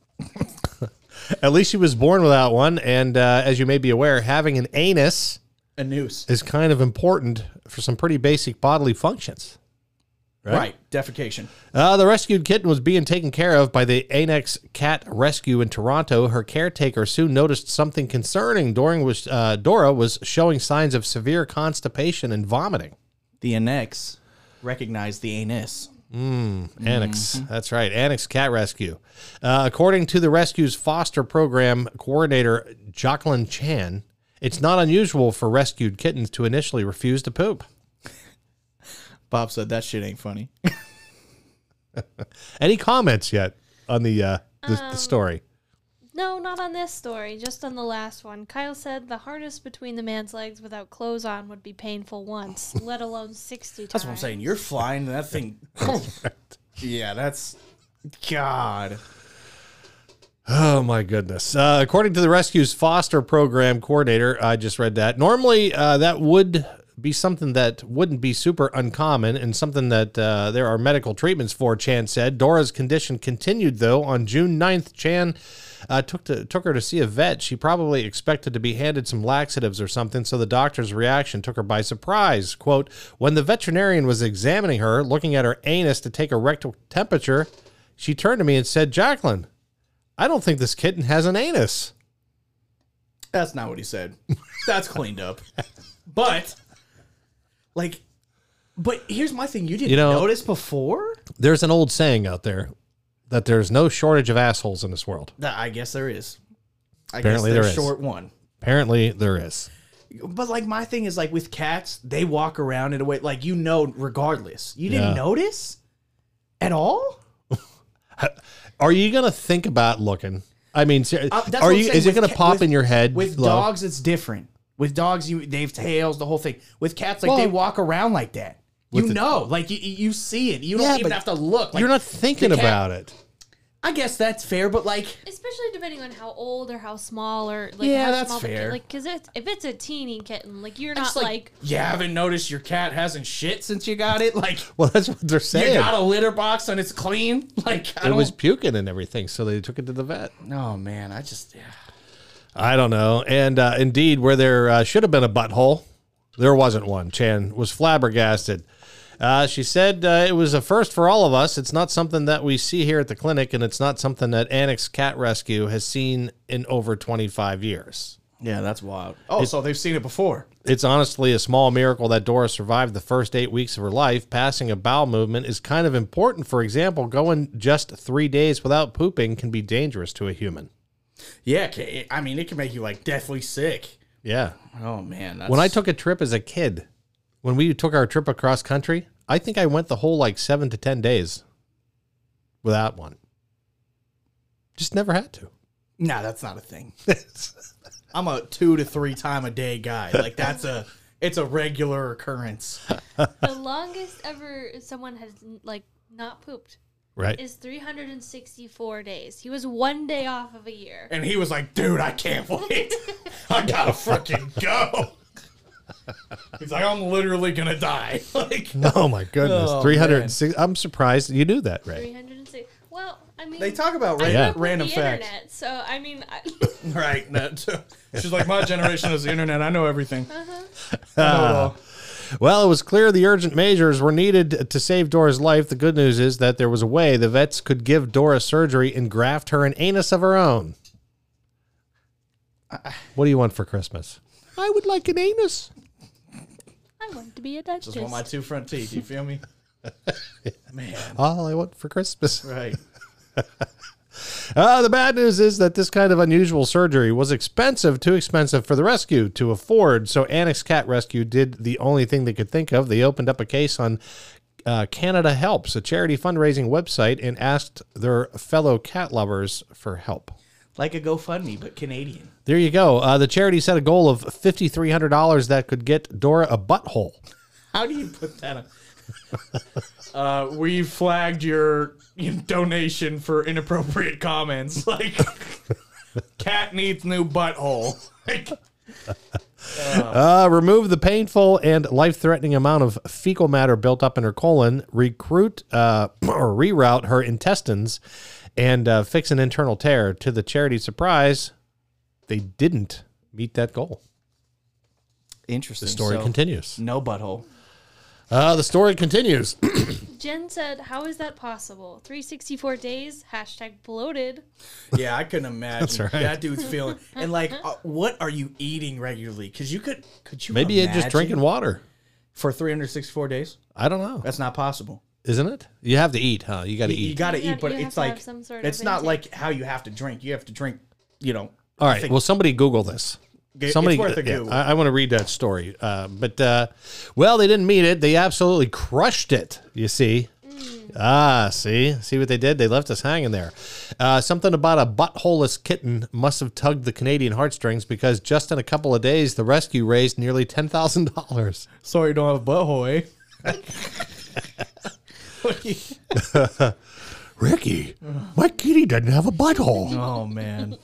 At least she was born without one. And uh, as you may be aware, having an anus A noose. is kind of important for some pretty basic bodily functions. Right. Defecation. Uh, the rescued kitten was being taken care of by the Annex Cat Rescue in Toronto. Her caretaker soon noticed something concerning. During which uh, Dora was showing signs of severe constipation and vomiting. The annex recognized the anus. Annex. That's right. Annex Cat Rescue. Uh, according to the rescue's foster program coordinator, Jacqueline Chan, it's not unusual for rescued kittens to initially refuse to poop. Bob said that shit ain't funny. Any comments yet on the uh, the, the story? No, not on this story, just on the last one. Kyle said the harness between the man's legs without clothes on would be painful once, <laughs> let alone 60 times. That's what I'm saying. You're flying that thing. yeah, that's God. Oh my goodness! Uh, according to the rescue's foster program coordinator, I just read that. Normally, uh, that would be something that wouldn't be super uncommon and something that uh, there are medical treatments for. Chan said Dora's condition continued though. On June 9th, Chan uh, took to, took her to see a vet. She probably expected to be handed some laxatives or something, so the doctor's reaction took her by surprise. "Quote: When the veterinarian was examining her, looking at her anus to take a rectal temperature, she turned to me and said, "Jacqueline." I don't think this kitten has an anus. That's not what he said. That's cleaned up. But like but here's my thing. You didn't You know- notice before? There's an old saying out there that there's no shortage of assholes in this world. That- I guess there is. I Apparently guess there there's is. short one. Apparently, there is. But like my thing is like with cats, they walk around in a way like you know regardless. You didn't Yeah. notice at all? Are you gonna think about looking? I mean, ser- Uh, that's are what I'm you? saying, Is it with gonna ca- pop with- in your head? With Lo? dogs it's different. With dogs you they've tails, the whole thing. With cats like they Well- walk around like that. You With the- know, like you, you see it. You don't Yeah, even but have to look. Like, you're not thinking the cat- about it. I guess that's fair, but like Especially depending on how old or how small or like Yeah, how that's small the fair. Kid, like because if it's a teeny kitten, like you're just not like, you haven't noticed your cat hasn't shit since you got it. Like Well, that's what they're you saying. got a litter box and it's clean. <laughs> Like I It don't, was puking and everything, so they took it to the vet. Oh man, I just yeah. I don't know. And uh, indeed, where there uh, should have been a butthole, there wasn't one. Chan was flabbergasted. Uh, she said uh, it was a first for all of us. It's not something that we see here at the clinic, and it's not something that Annex Cat Rescue has seen in over 25 years. Yeah, that's wild. Oh, so they've seen it before. It's honestly a small miracle that Dora survived the first eight weeks of her life. Passing a bowel movement is kind of important. For example, going just three days without pooping can be dangerous to a human. Yeah, ca- I mean, it can make you like deathly sick. Yeah. Oh man, that's, When I took a trip as a kid, when we took our trip across country, I think I went the whole like seven to 10 days without one. Just never had to. <laughs> nah, that's not a thing. I'm a two to three time a day guy. Like that's a it's a regular occurrence. <laughs> the longest ever someone has like not pooped right. is 364 days. He was one day off of a year. And he was like, "Dude, I can't wait. <laughs> I gotta freaking go." He's like, "I'm literally gonna die." <laughs> Like Oh my goodness. Oh, 306. I'm surprised you knew that, Ray. 306. Well, I mean, they talk about I ra- grew up with random the facts. internet, so I mean, <laughs> I, Right. <laughs> that- She's like, my generation is the internet. I know everything. Well, it was clear the urgent measures were needed to save Dora's life. The good news is that there was a way the vets could give Dora surgery and graft her an anus of her own. What do you want for Christmas? I would like an anus. I want to be a duchess. Just want my two front teeth. You feel <laughs> me? All I want for Christmas. Right. Uh, the bad news is that this kind of unusual surgery was expensive, too expensive for the rescue to afford. So Annex Cat Rescue did the only thing they could think of. They opened up a case on uh, Canada Helps, a charity fundraising website, and asked their fellow cat lovers for help. Like a GoFundMe, but Canadian. There you go. Uh, the charity set a goal of $5,300 that could get Dora a butthole. How do you put that on? uh, we flagged your your donation for inappropriate comments. <laughs> Like, cat needs new butthole. <laughs> Like, Uh, remove the painful and life threatening amount of fecal matter built up in her colon, recruit uh, <clears throat> or reroute her intestines, and uh, fix an internal tear. To the charity's surprise, they didn't meet that goal. interesting. The story continues. No butthole. Uh, the story <clears throat> continues. Jen said, "How is that possible? 364 days. Hashtag bloated. Yeah, I couldn't imagine That's right. that dude's feeling. And like, uh, what are you eating regularly? Because you could, could you Maybe it just imagine drinking water. for 364 days? I don't know. That's not possible. Isn't it? You have to eat, huh? You got to you eat. got to You gotta- eat, but you have it's to have like some sort of it's not intake. like how you have to drink. You have to drink, you know. All right. Well, somebody Google this. It's Uh, Somebody, uh, worth a yeah, Google. I, I want to read that story. Uh, but uh, well, they didn't meet it. They absolutely crushed it. You see, ah, see, see what they did. They left us hanging there. Uh, something about a buttholeless kitten must have tugged the Canadian heartstrings because just in a couple of days, the rescue raised nearly ten thousand dollars. Sorry, you don't have a butthole, eh? Ricky, my kitty doesn't have a butthole. <laughs> oh man,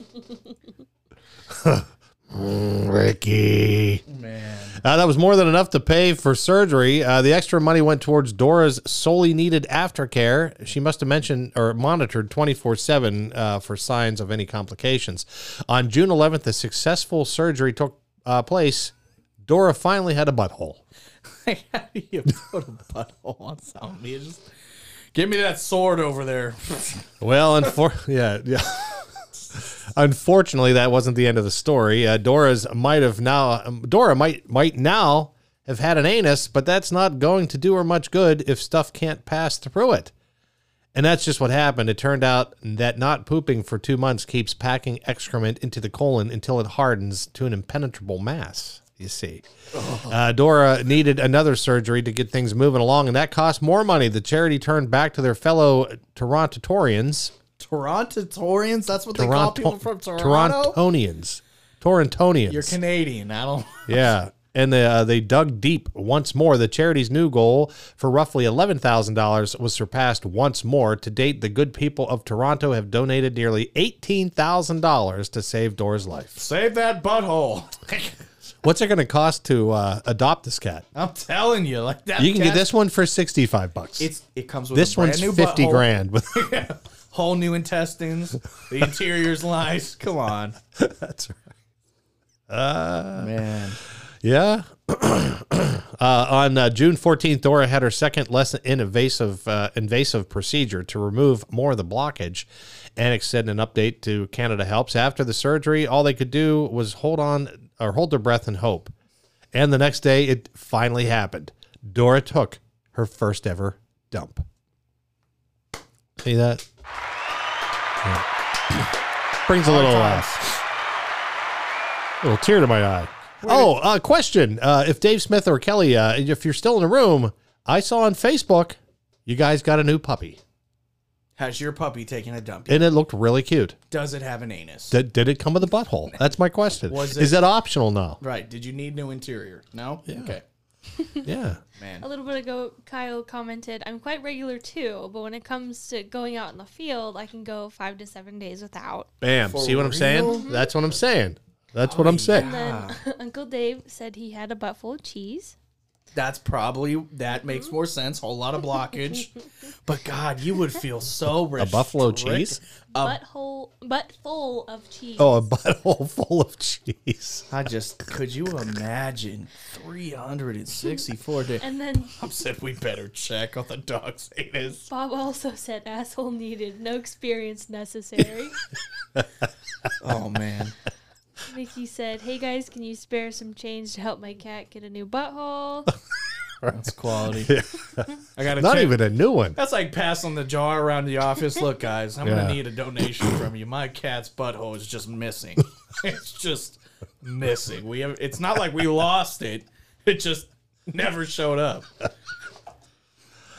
Ricky. man. <laughs> Uh, that was more than enough to pay for surgery. Uh, the extra money went towards Dora's solely needed aftercare. She must have mentioned or monitored 24 7 uh, for signs of any complications. On June 11th, a successful surgery took uh, place. Dora finally had a butthole. how do you put a butthole on somebody? It's just give me that sword over there. Well, unfor- <laughs> yeah, yeah. Unfortunately, that wasn't the end of the story. Uh, Dora's might have now um, Dora might might now have had an anus, but that's not going to do her much good if stuff can't pass through it. And that's just what happened. It turned out that not pooping for two months keeps packing excrement into the colon until it hardens to an impenetrable mass. You see, uh, Dora needed another surgery to get things moving along, and that cost more money. The charity turned back to their fellow Torontotorians. Torontotorians? That's what they call people from Toronto? Torontonians. Torontonians. You're Canadian. I don't. <laughs> Yeah. And they, uh, they dug deep once more. The charity's new goal for roughly $11,000 was surpassed once more. To date, the good people of Toronto have donated nearly $18,000 to save Dora's life. Save that butthole. What's it going to cost to uh, adopt this cat? <laughs> I'm telling you, like that. You can get cat- this one for 65 bucks. It's it comes with this a brand one's new 50 butthole, grand. whole new intestines, the interior's <laughs> nice. Come on, That's right. Uh, man. Yeah. <clears throat> uh, on uh, June 14th, Dora had her second less invasive uh, invasive procedure to remove more of the blockage. Annex said in an update to Canada Helps after the surgery, all they could do was hold on or hold their breath and hope. And the next day, it finally happened. Dora took her first ever dump. See that? Yeah. <clears throat> Brings a little. Uh, little tear to my eye. Oh, uh, question. Uh, if Dave Smith or Kelly, uh, if you're still in the room, I saw on Facebook you guys got a new puppy Has your puppy taken a dump? yet? and it looked really cute. Does it have an anus? Did, did it come with a butthole? That's my question. Was Is it- that optional <laughs> now? right. Did you need new interior? No. Okay, Yeah. A man. little bit ago, Kyle commented, I'm quite regular too, but when it comes to going out in the field, I can go five to seven days without. Bam. See what I'm saying? That's what I'm saying. That's what I'm saying. Then <laughs> Uncle Dave said he had a butt full of cheese. That's probably that makes more sense. Whole lot of blockage, <laughs> but God, you would feel so rich. buffalo cheese? butthole, butt full of cheese. Oh, a <laughs> butthole full of cheese. I just could you imagine 364 days. And then I said we better check on the dog's <laughs> anus. Bob also said, asshole needed, no experience necessary. Oh man. Mickey said, hey guys, can you spare some change to help my cat get a new butthole? That's quality. I gotta Not check- even a new one. That's like passing the jar around the office. Look, guys, I'm Yeah. gonna need a donation from you. My cat's butthole is <laughs> just missing. it's just missing. We have. It's not like we lost it. It just never showed up.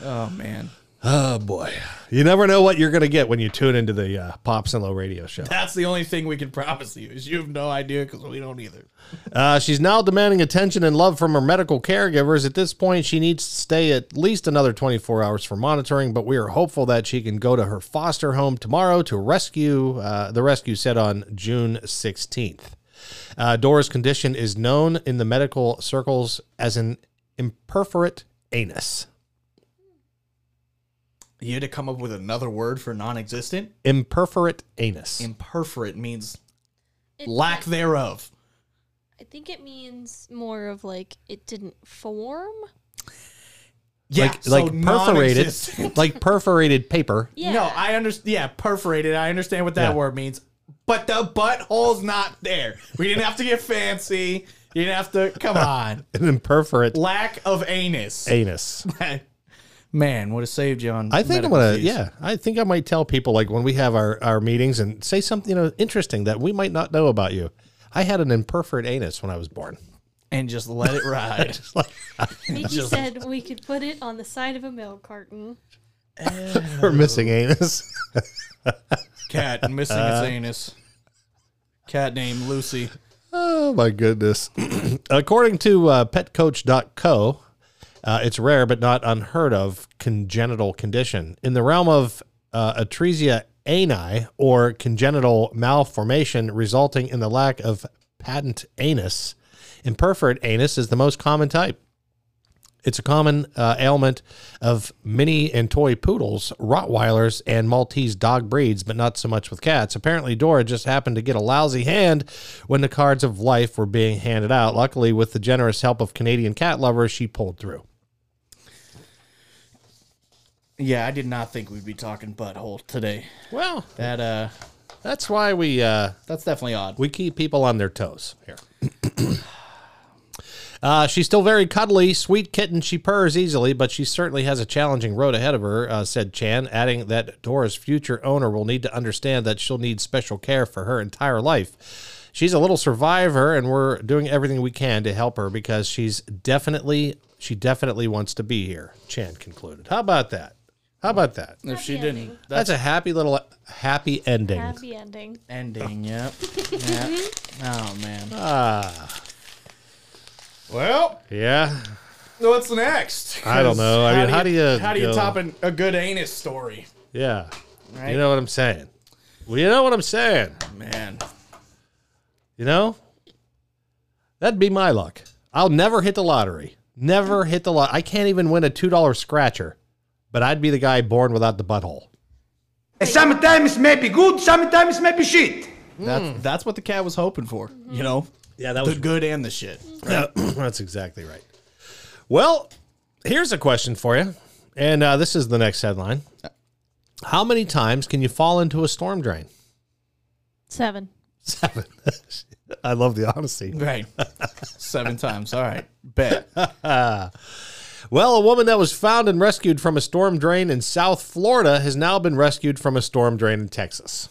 Oh man, Oh, boy. You never know what you're going to get when you tune into the uh, Pops and Low radio show. that's the only thing we can promise you is you have no idea because we don't either. Uh, she's now demanding attention and love from her medical caregivers. At this point, she needs to stay at least another 24 hours for monitoring, but we are hopeful that she can go to her foster home tomorrow to rescue. Uh, the rescue said on June 16th. Uh, Dora's condition is known in the medical circles as an imperforate anus. You had to come up with another word for non-existent. Imperforate anus. Imperforate means It- lack thereof. I think it means more of like it didn't form. Yeah, like like perforated, non-existent. like perforated paper. Yeah. <laughs> No, I understand. Yeah, perforated. I understand what that Yeah. word means. But the butthole's not there. We didn't have to get fancy. You didn't have to. <laughs> Come on. An imperforate Lack of anus. anus. <laughs> Man, would have saved you on. I think I'm medical gonna fees. yeah. I think I might tell people like when we have our, our meetings and say something you know, interesting that we might not know about you. I had an imperforate anus when I was born. <laughs> and just let it ride. Mickey said we could put it on the side of a milk carton. Or missing anus. <laughs> Cat missing Uh. its anus. Cat named Lucy. Oh my goodness. According to uh, petcoach.co, uh, it's rare but not unheard of congenital condition. In the realm of uh, atresia ani or congenital malformation resulting in the lack of patent anus, imperforate anus is the most common type. It's a common uh, ailment of mini and toy poodles, Rottweilers, and Maltese dog breeds, but not so much with cats. Apparently, Dora just happened to get a lousy hand when the cards of life were being handed out. Luckily, with the generous help of Canadian cat lovers, she pulled through. Yeah, I did not think we'd be talking butthole today. Well, That uh, that's why we uh, that's definitely odd. We keep people on their toes here. Uh, she's still very cuddly, sweet kitten. She purrs easily, but she certainly has a challenging road ahead of her, uh, said Chan, adding that Dora's future owner will need to understand that she'll need special care for her entire life. She's a little survivor, and we're doing everything we can to help her because she's definitely, she definitely wants to be here, Chan concluded. How about that? How about that? If she Happy didn't, ending. that's That's a happy little happy ending. Happy ending. ending. <laughs> Yep. yep. Oh man. Ah. Yeah. What's next? I don't know. I mean, how do you how do you go- top an, a good anus story? Yeah. Right. You know what I'm saying? Well, you know what I'm saying? Man, You know? That'd be my luck. I'll never hit the lottery. Never hit the lot. I can't even win a $2 scratcher, but I'd be the guy born without the butthole. Sometimes may be good, sometimes may be shit. Hmm. that's that's what the cat was hoping for. You know, Yeah, that the good and the shit. <clears throat> That's exactly right. Well, here's a question for you. And uh, this is the next headline How many times can you fall into a storm drain? <laughs> Seven. Seven. I love the honesty. <laughs> Right. Seven times. All right. Bet. Well, a woman that was found and rescued from a storm drain in South Florida has now been rescued from a storm drain in Texas.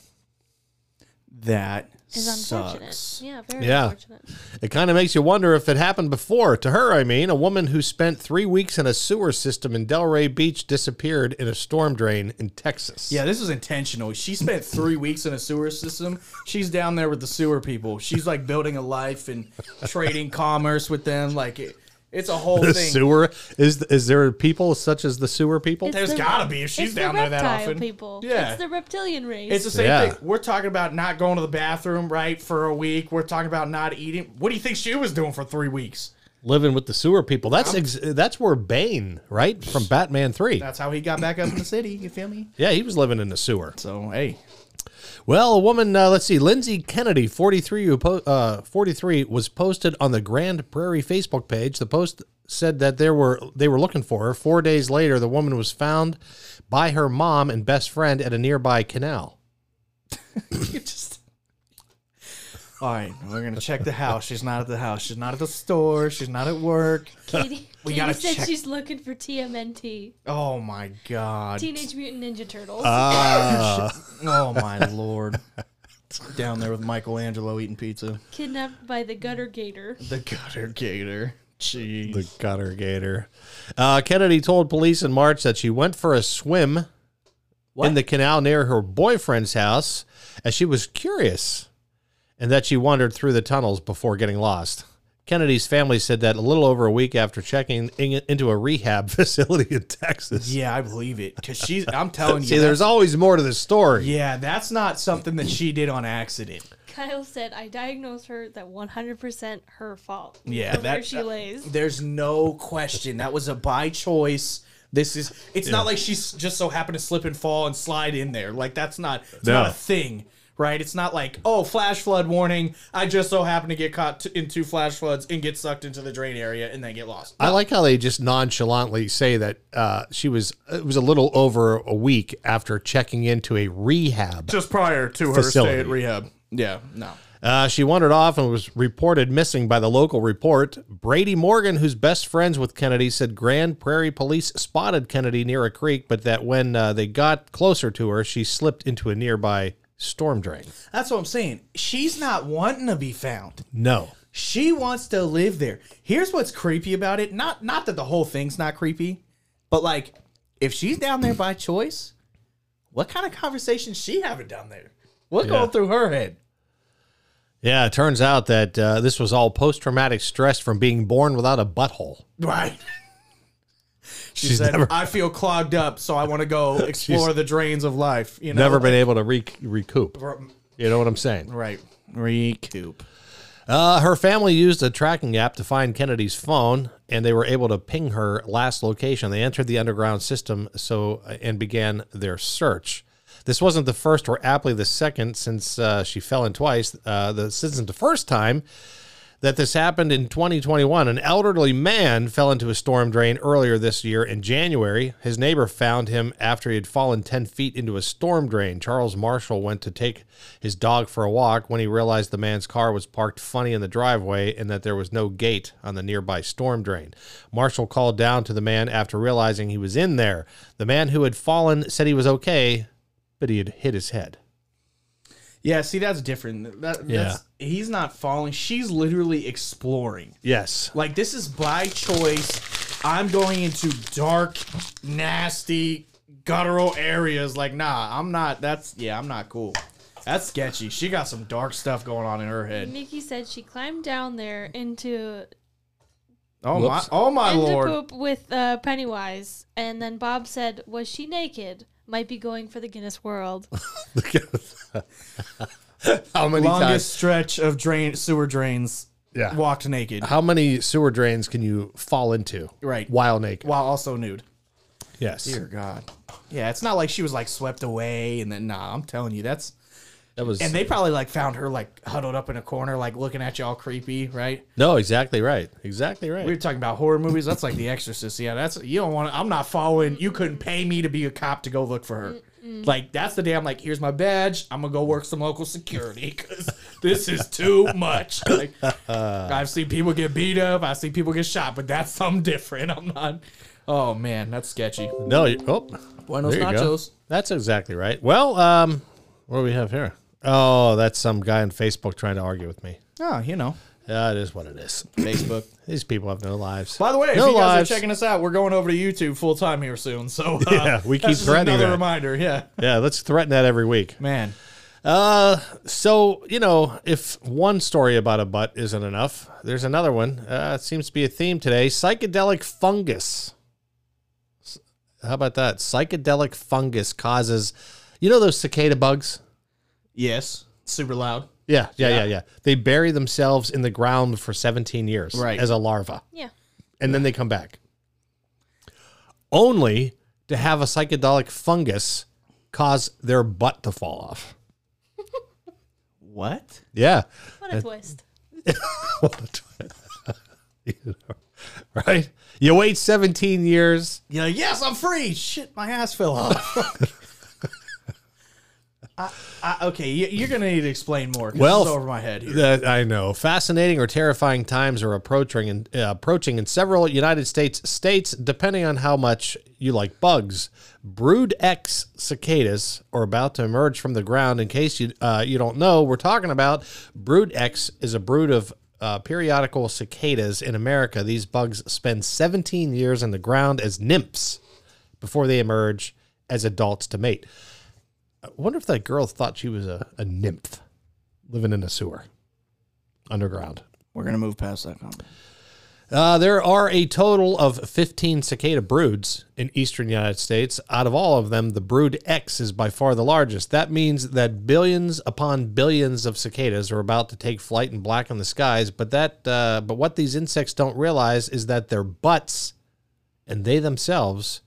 That Is unfortunate. sucks. Yeah, very Yeah. unfortunate. It kind of makes you wonder if it happened before. To her, I mean, a woman who spent three weeks in a sewer system in Delray Beach disappeared in a storm drain in Texas. Yeah, this was intentional. She spent three weeks in a sewer system. She's down there with the sewer people. She's like building a life and trading commerce with them. Like it, it's a whole <laughs> The thing. sewer is is there people such as the sewer people? It's There's the- gotta be if it's she's the down there that reptile often. People. Yeah. It's the reptilian race. It's the same Yeah. thing. We're talking about not going to the bathroom right for a week. We're talking about not eating. What do you think she was doing for three weeks? Living with the sewer people. That's ex- that's where Bane, right from Batman Three. That's how he got back up in the city. You feel me? yeah, he was living in the sewer. So hey, <laughs> Well, a woman, uh, let's see, Lindsay Kennedy, 43, who po- uh, 43, was posted on the Grand Prairie Facebook page. The post said that there were they were looking for her. Four days later, the woman was found by her mom and best friend at a nearby canal. you just. All right, we're gonna check the house. She's not at the house. She's not at the store. She's not at work. Katie, We Katie gotta said check- she's looking for TMNT, Oh my god. Teenage Mutant Ninja Turtles. Uh. Oh my lord. Down there with Michelangelo eating pizza. kidnapped by the gutter gator. The gutter gator. Jeez. The gutter gator. Uh, Kennedy told police in March that she went for a swim in the canal near her boyfriend's house as she was curious and that she wandered through the tunnels before getting lost. Kennedy's family said that a little over a week after checking in, into a rehab <laughs> facility in Texas. yeah, I believe it. Cause she's I'm <laughs> telling you. See, there's that- always more to the story. yeah, that's not something that she did on accident. Kyle said, I diagnosed her that 100% her fault. Yeah, Of where that- she that- lays. There's no question. That was a by choice. This is it's not like she's just so happened to slip and fall and slide in there. Like that's not it's No. not a thing. Right, it's not like oh, flash flood warning. I just so happened to get caught t- in two flash floods and get sucked into the drain area and then get lost. I like how they just nonchalantly say that uh, she was it was a little over a week after checking into a rehab just prior to Facility. her stay at rehab. Yeah, no. Uh, she wandered off and was reported missing by the local report. Brady Morgan, who's best friends with Kennedy, said Grand Prairie police spotted Kennedy near a creek, but that when uh, they got closer to her, she slipped into a nearby storm drain. That's what I'm saying. She's not wanting to be found. No. She wants to live there. Here's what's creepy about it. Not not that the whole thing's not creepy, but like if she's down there by choice, what kind of conversations she having down there? What Yeah. going through her head? Yeah, it turns out that uh, this was all post traumatic stress from being born without a butthole. Right. <laughs> She She's said, never- "I feel clogged up, so I want <laughs> to go explore the drains of life." You know, Never been able to re- recoup. You know what I'm saying? right. Recoup. Uh, her family used a tracking app to find Kennedy's phone, and they were able to ping her last location. They entered the underground system so uh, and began their search. This wasn't the first or aptly the second since uh, she fell in twice. Uh, the, since the first time, that this happened in 2021. An elderly man fell into a storm drain earlier this year in January. His neighbor found him after he had fallen 10 feet into a storm drain. Charles Marshall went to take his dog for a walk when he realized the man's car was parked funny in the driveway and that there was no gate on the nearby storm drain. Marshall called down to the man after realizing he was in there. The man who had fallen said he was okay, but he had hit his head. Yeah, see, that's different. That, Yeah. that's, he's not falling. She's literally exploring. <laughs> Yes. Like this is by choice. I'm going into dark, nasty, guttural areas. Like, nah, I'm not. That's yeah, I'm not cool. That's sketchy. She got some dark stuff going on in her head. Nikki said she climbed down there into Oh Whoops. my! Oh my into lord! poop with uh, Pennywise, and then Bob said, "Was she naked? Might be going for the <laughs> Guinness World." <laughs> How many times? Longest stretch of drain sewer drains. Yeah. Walked naked How many sewer drains can you fall into? Right. While naked. while also nude. yes. Dear God. Yeah, it's not like she was like swept away and then nah. I'm telling you, that's That was and they probably like found her like huddled up in a corner, like looking at you all creepy, right? No, exactly right. Exactly right. We were talking about horror movies. That's like The Exorcist. Yeah, that's you don't want. I'm not following. You couldn't pay me to be a cop to go look for her. Like that's the day I'm like, here's my badge. I'm gonna go work some local security because this is too much. <laughs> Like, I've seen people get beat up. I see people get shot, but that's something different. I'm not. Oh man, that's sketchy. no, you, oh, Buenos there you go. nachos. That's exactly right. Well, um, what do we have here? Oh, that's some guy on Facebook trying to argue with me. Oh, you know, That is what it is. Facebook. These people have no lives. By the way, if no you guys are checking us out, we're going over to YouTube full time here soon. So uh, Yeah, we keep that's just threatening another that. reminder. Yeah, yeah, let's threaten that every week. man. Uh, so you know, if one story about a butt isn't enough, there's another one. Uh, it seems to be a theme today: psychedelic fungus. S- How about that? Psychedelic fungus causes, you know, those cicada bugs. Yes, super loud. Yeah, yeah, yeah, yeah. They bury themselves in the ground for 17 years Right. as a larva, yeah, and then they come back, only to have a psychedelic fungus cause their butt to fall off. What? Yeah. what a twist! <laughs> right? You wait 17 years. You're like, yes, I'm free. Shit, my ass fell off. <laughs> I, I, okay, you, you're gonna need to explain more. 'cause Well, this is over my head here. That I know. Fascinating or terrifying times are approaching and uh, approaching in several United States states, depending on how much you like bugs. Brood X cicadas are about to emerge from the ground. In case you uh, you don't know, we're talking about Brood X is a brood of uh, periodical cicadas in America. These bugs spend 17 years in the ground as nymphs before they emerge as adults to mate. I wonder if that girl thought she was a, a nymph living in a sewer underground. We're gonna move past that comment. Uh, there are a total of 15 cicada broods in eastern United States. Out of all of them, the brood X is by far the largest. That means that billions upon billions of cicadas are about to take flight and blacken the skies. But that, uh, but what these insects don't realize is that their butts and they themselves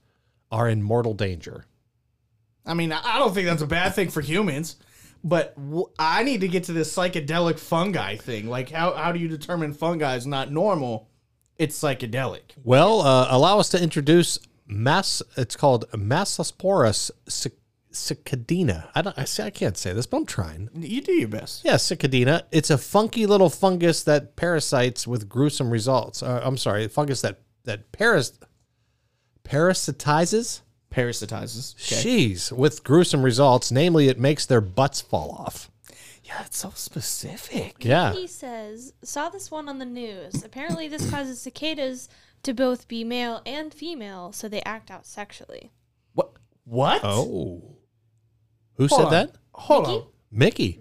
are in mortal danger. I mean, I I don't think that's a bad thing for humans, but w- I need to get to this psychedelic fungi thing. Like, how how do you determine fungi is not normal? It's psychedelic. Well, uh, allow us to introduce mass. It's called Massosporus cic- cicadina. I don't. I see. I can't say this, but I'm trying. You do your best. Yeah, cicadina. It's a funky little fungus that parasites with gruesome results. Uh, I'm sorry, fungus that that paras parasitizes. Parasitizes. Okay. Jeez, with gruesome results. Namely, it makes their butts fall off. Yeah, it's so specific. Yeah. He says, "Saw this one on the news. Apparently, this causes cicadas to both be male and female, so they act out sexually." What? What? Oh. Who Hold said on. that? Hold on. Mickey.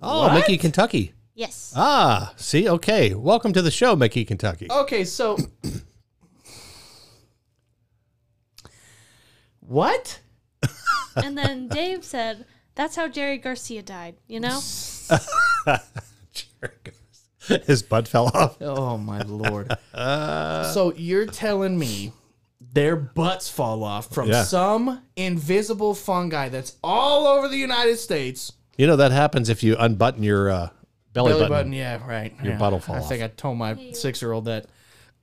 Oh, What? Mickey, Kentucky. Yes. Ah, see, okay. Welcome to the show, Mickey, Kentucky. Okay, so what? and <laughs> then Dave said, "That's how Jerry Garcia died." You know, <laughs> His butt fell off. Oh my lord! Uh, so you're telling me their butts fall off from Yeah. some invisible fungi that's all over the United States? You know that happens if you unbutton your uh, belly, button, yeah, right. Your yeah. butt'll fall I off. think I told my six year old that.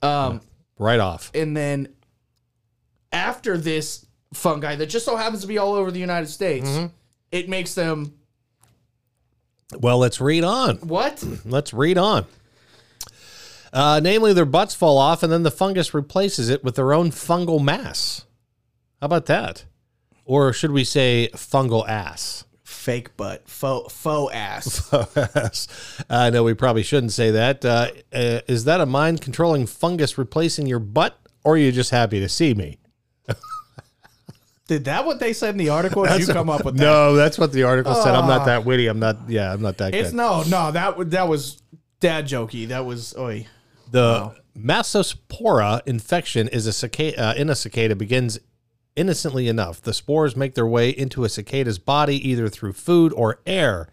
Um, right off. and then after this fungi that just so happens to be all over the United States, Mm-hmm. it makes them Well, let's read on. <clears throat> what? Let's read on. Uh, namely, their butts fall off, and then the fungus replaces it with their own fungal mass. How about that? Or should we say fungal <laughs> ass? Fake butt, faux faux ass. I know we probably shouldn't say that. Uh, uh, is that a mind controlling fungus replacing your butt, or are you just happy to see me? Did that what they said in the article? Did you come up with that? Ah. No, that's what the article said. I'm not that witty. I'm not. Yeah, I'm not that It's good. no, no. That w- that was dad jokey. That was oi. The Massospora infection is a cicada, uh, in a cicada begins innocently enough. The spores make their way into a cicada's body either through food or air.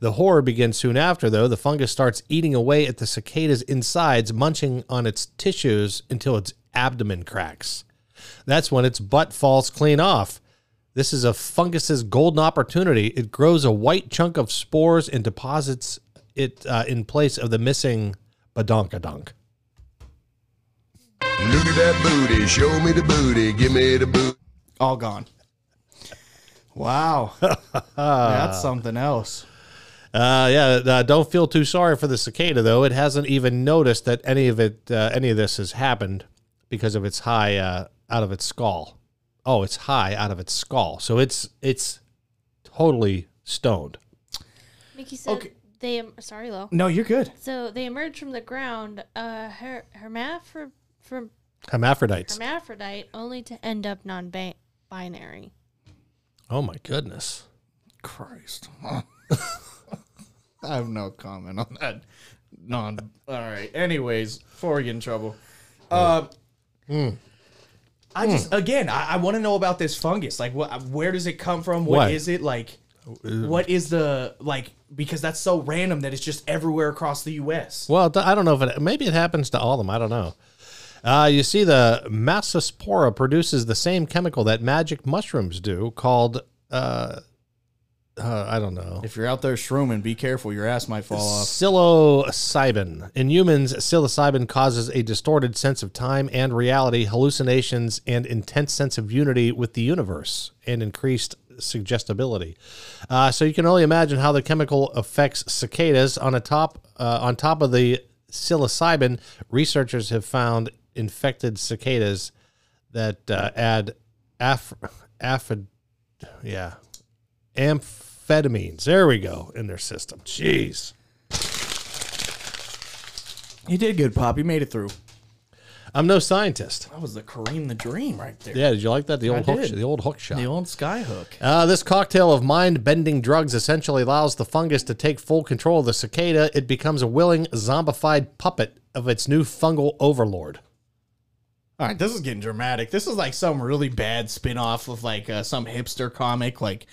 The horror begins soon after, though. The fungus starts eating away at the cicada's insides, munching on its tissues until its abdomen cracks. That's when its butt falls clean off. This is a fungus's golden opportunity. It grows a white chunk of spores and deposits it uh, in place of the missing badonkadonk. Look at that booty. Show me the booty. Give me the booty. All gone. <laughs> Wow, that's something else. Uh, yeah, uh, don't feel too sorry for the cicada though. It hasn't even noticed that any of it, uh, any of this has happened because of its high uh, out of its skull. Oh, it's high out of its skull, so it's it's totally stoned. Mickey said Okay. they. Em- sorry, Lo. No, you're good. So they emerge from the ground, uh, her- hermaphr- from Hermaphrodites. hermaphrodite, only to end up non-binary. Oh my goodness. Christ. I have no comment on that. Non. All right. Anyways, before we get in trouble, uh, I just again I, I want to know about this fungus. Like, what? Where does it come from? What? what is it like? What is the like? Because that's so random that it's just everywhere across the U.S. Well, th- I don't know if it maybe it happens to all of them. I don't know. Uh, you see, the Massospora produces the same chemical that magic mushrooms do, called uh, uh, I don't know. If you're out there shrooming, be careful. Your ass might fall off. Psilocybin. In humans, psilocybin causes a distorted sense of time and reality, hallucinations, and intense sense of unity with the universe, and increased suggestibility. Uh, so you can only imagine how the chemical affects cicadas. On a top, uh, on top of the psilocybin, researchers have found infected cicadas that uh, add af- aphid, yeah, amphetamines. There we go in their system. Jeez. You did good, Pop. You made it through. I'm no scientist. That was the Kareem the Dream right there. Yeah, did you like that? The old hook, did. the old hook shot. The old skyhook. Uh, this cocktail of mind-bending drugs essentially allows the fungus to take full control of the cicada. It becomes a willing zombified puppet of its new fungal overlord. All right, this is getting dramatic. This is like some really bad spin-off of like uh, some hipster comic. Like,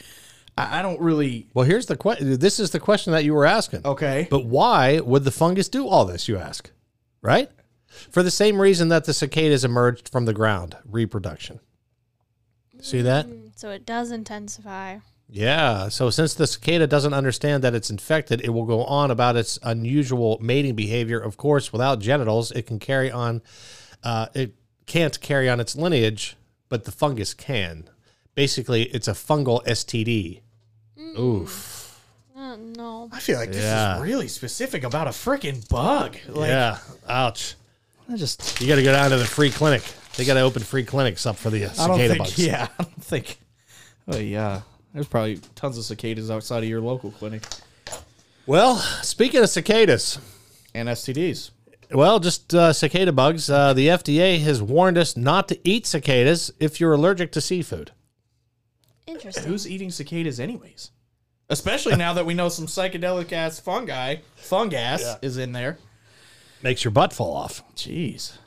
I, I don't really. Well, here's the question. This is the question that you were asking. Okay. But why would the fungus do all this? You ask, right? For the same reason that the cicadas emerged from the ground, reproduction. See that? So it does intensify. Yeah. So since the cicada doesn't understand that it's infected, it will go on about its unusual mating behavior. Of course, without genitals, it can carry on. Uh, it can't carry on its lineage, but the fungus can. Basically, it's a fungal STD. Oof. Uh, no. I feel like this Yeah. is really specific about a freaking bug. Like, yeah. Ouch. I just. You got to go down to the free clinic. They got to open free clinics up for the uh, I don't cicada think. bugs. Yeah, <laughs> I don't think. Oh yeah, there's probably tons of cicadas outside of your local clinic Well, speaking of cicadas, and STDs. Well, just uh, cicada bugs. Uh, the FDA has warned us not to eat cicadas if you're allergic to seafood. Interesting. Who's eating cicadas anyways? Especially now that we know some psychedelic ass fungi, fungus is in there. Makes your butt fall off. Jeez.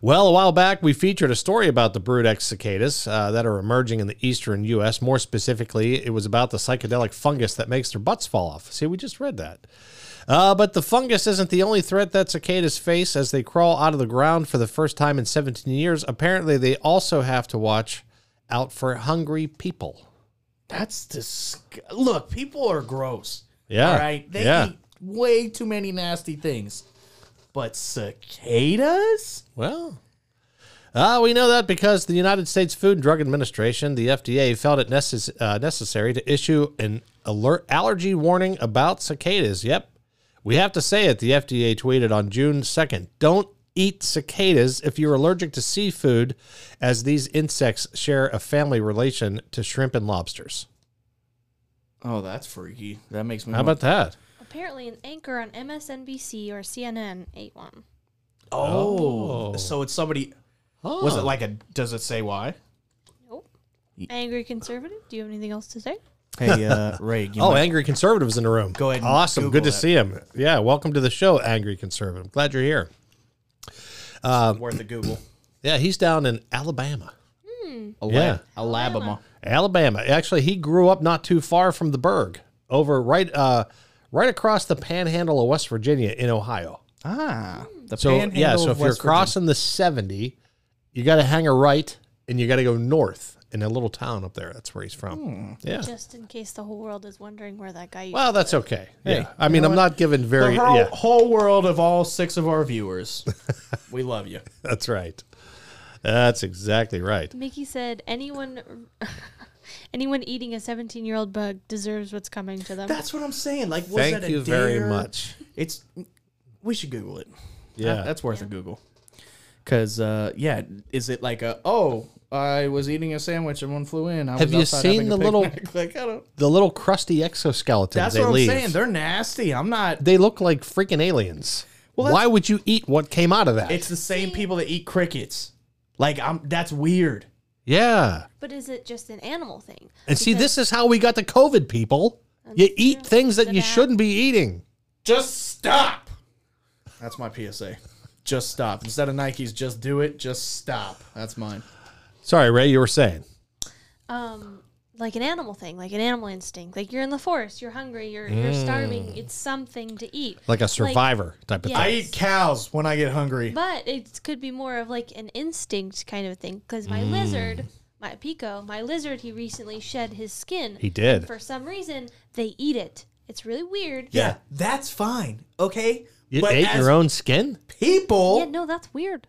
Well, a while back, we featured a story about the Brudex cicadas uh, that are emerging in the eastern U.S. More specifically, it was about the psychedelic fungus that makes their butts fall off. See, we just read that. Uh, but the fungus isn't the only threat that cicadas face as they crawl out of the ground for the first time in 17 years. Apparently, they also have to watch out for hungry people. That's disg- look. People are gross. Yeah, All right. They yeah. eat way too many nasty things. But cicadas? Well, uh, we know that because the United States Food and Drug Administration, the FDA, felt it necess- uh, necessary to issue an alert allergy warning about cicadas. Yep. We have to say it. The FDA tweeted on June 2nd Don't eat cicadas if you're allergic to seafood, as these insects share a family relation to shrimp and lobsters. Oh, that's freaky. That makes me. How about that? Apparently, an anchor on MSNBC or CNN ate one. Oh, Oh. so it's somebody. Huh. Was it like a? Does it say why? Nope. Angry conservative. Do you have anything else to say? <laughs> Hey, uh, Ray. You Oh, might- angry conservatives in the room. Go ahead and Awesome. Google Good to that. see him. Yeah. Welcome to the show, angry conservative. Glad you're here. worth a Google. Yeah, he's down in Alabama. Alab- Yeah. Alabama. Alabama. Actually, he grew up not too far from the Berg, over right uh right across the panhandle of West Virginia in Ohio. Ah, the So panhandle yeah, so of if you're West Virginia. crossing the 70, you got to hang a right and you got to go north in a little town up there. That's where he's from. Hmm. Yeah. Just in case the whole world is wondering where that guy. Well, that's okay. Hey, yeah. I mean, I'm not giving very the whole, yeah. whole world of all six of <laughs> our viewers, we love you. That's right. That's exactly right. Mickey said, "Anyone, <laughs> anyone eating a 17-year-old bug deserves what's coming to them." That's what I'm saying. Like, was Thank that a you very dare? much. It's we should Google it. Yeah. That- that's worth a Google. Because uh, yeah, is it like a oh I was eating a sandwich and one flew in? I Have was you outside seen having a the little- picnic. <laughs> like I don't. the little crusty exoskeleton. That's they what I'm leave. saying. They're nasty. I'm not. they look like freaking aliens. Why would you eat what came out of that? It's the same people that eat crickets. Like I'm. That's weird. yeah. But is it just an animal thing? And see, this is how we got the COVID people. You eat things that you Yeah. shouldn't be eating. Just stop. That's my PSA. Just stop. Instead of Nikes, just do it. Just stop. That's mine. Sorry, Ray, you were saying. um like an animal thing, like an animal instinct. Like you're in the forest, you're hungry, you're you're starving. It's something to eat. Mm. Like a survivor type of yeah. thing. I eat cows when I get hungry. But it could be more of like an instinct kind of thing. Because Mm. my lizard, my pico, my lizard, he recently shed his skin. He did. And for some reason, they eat it. It's really weird. Yeah. that's fine. Okay. You ate as your own skin? people, Yeah, no, that's weird.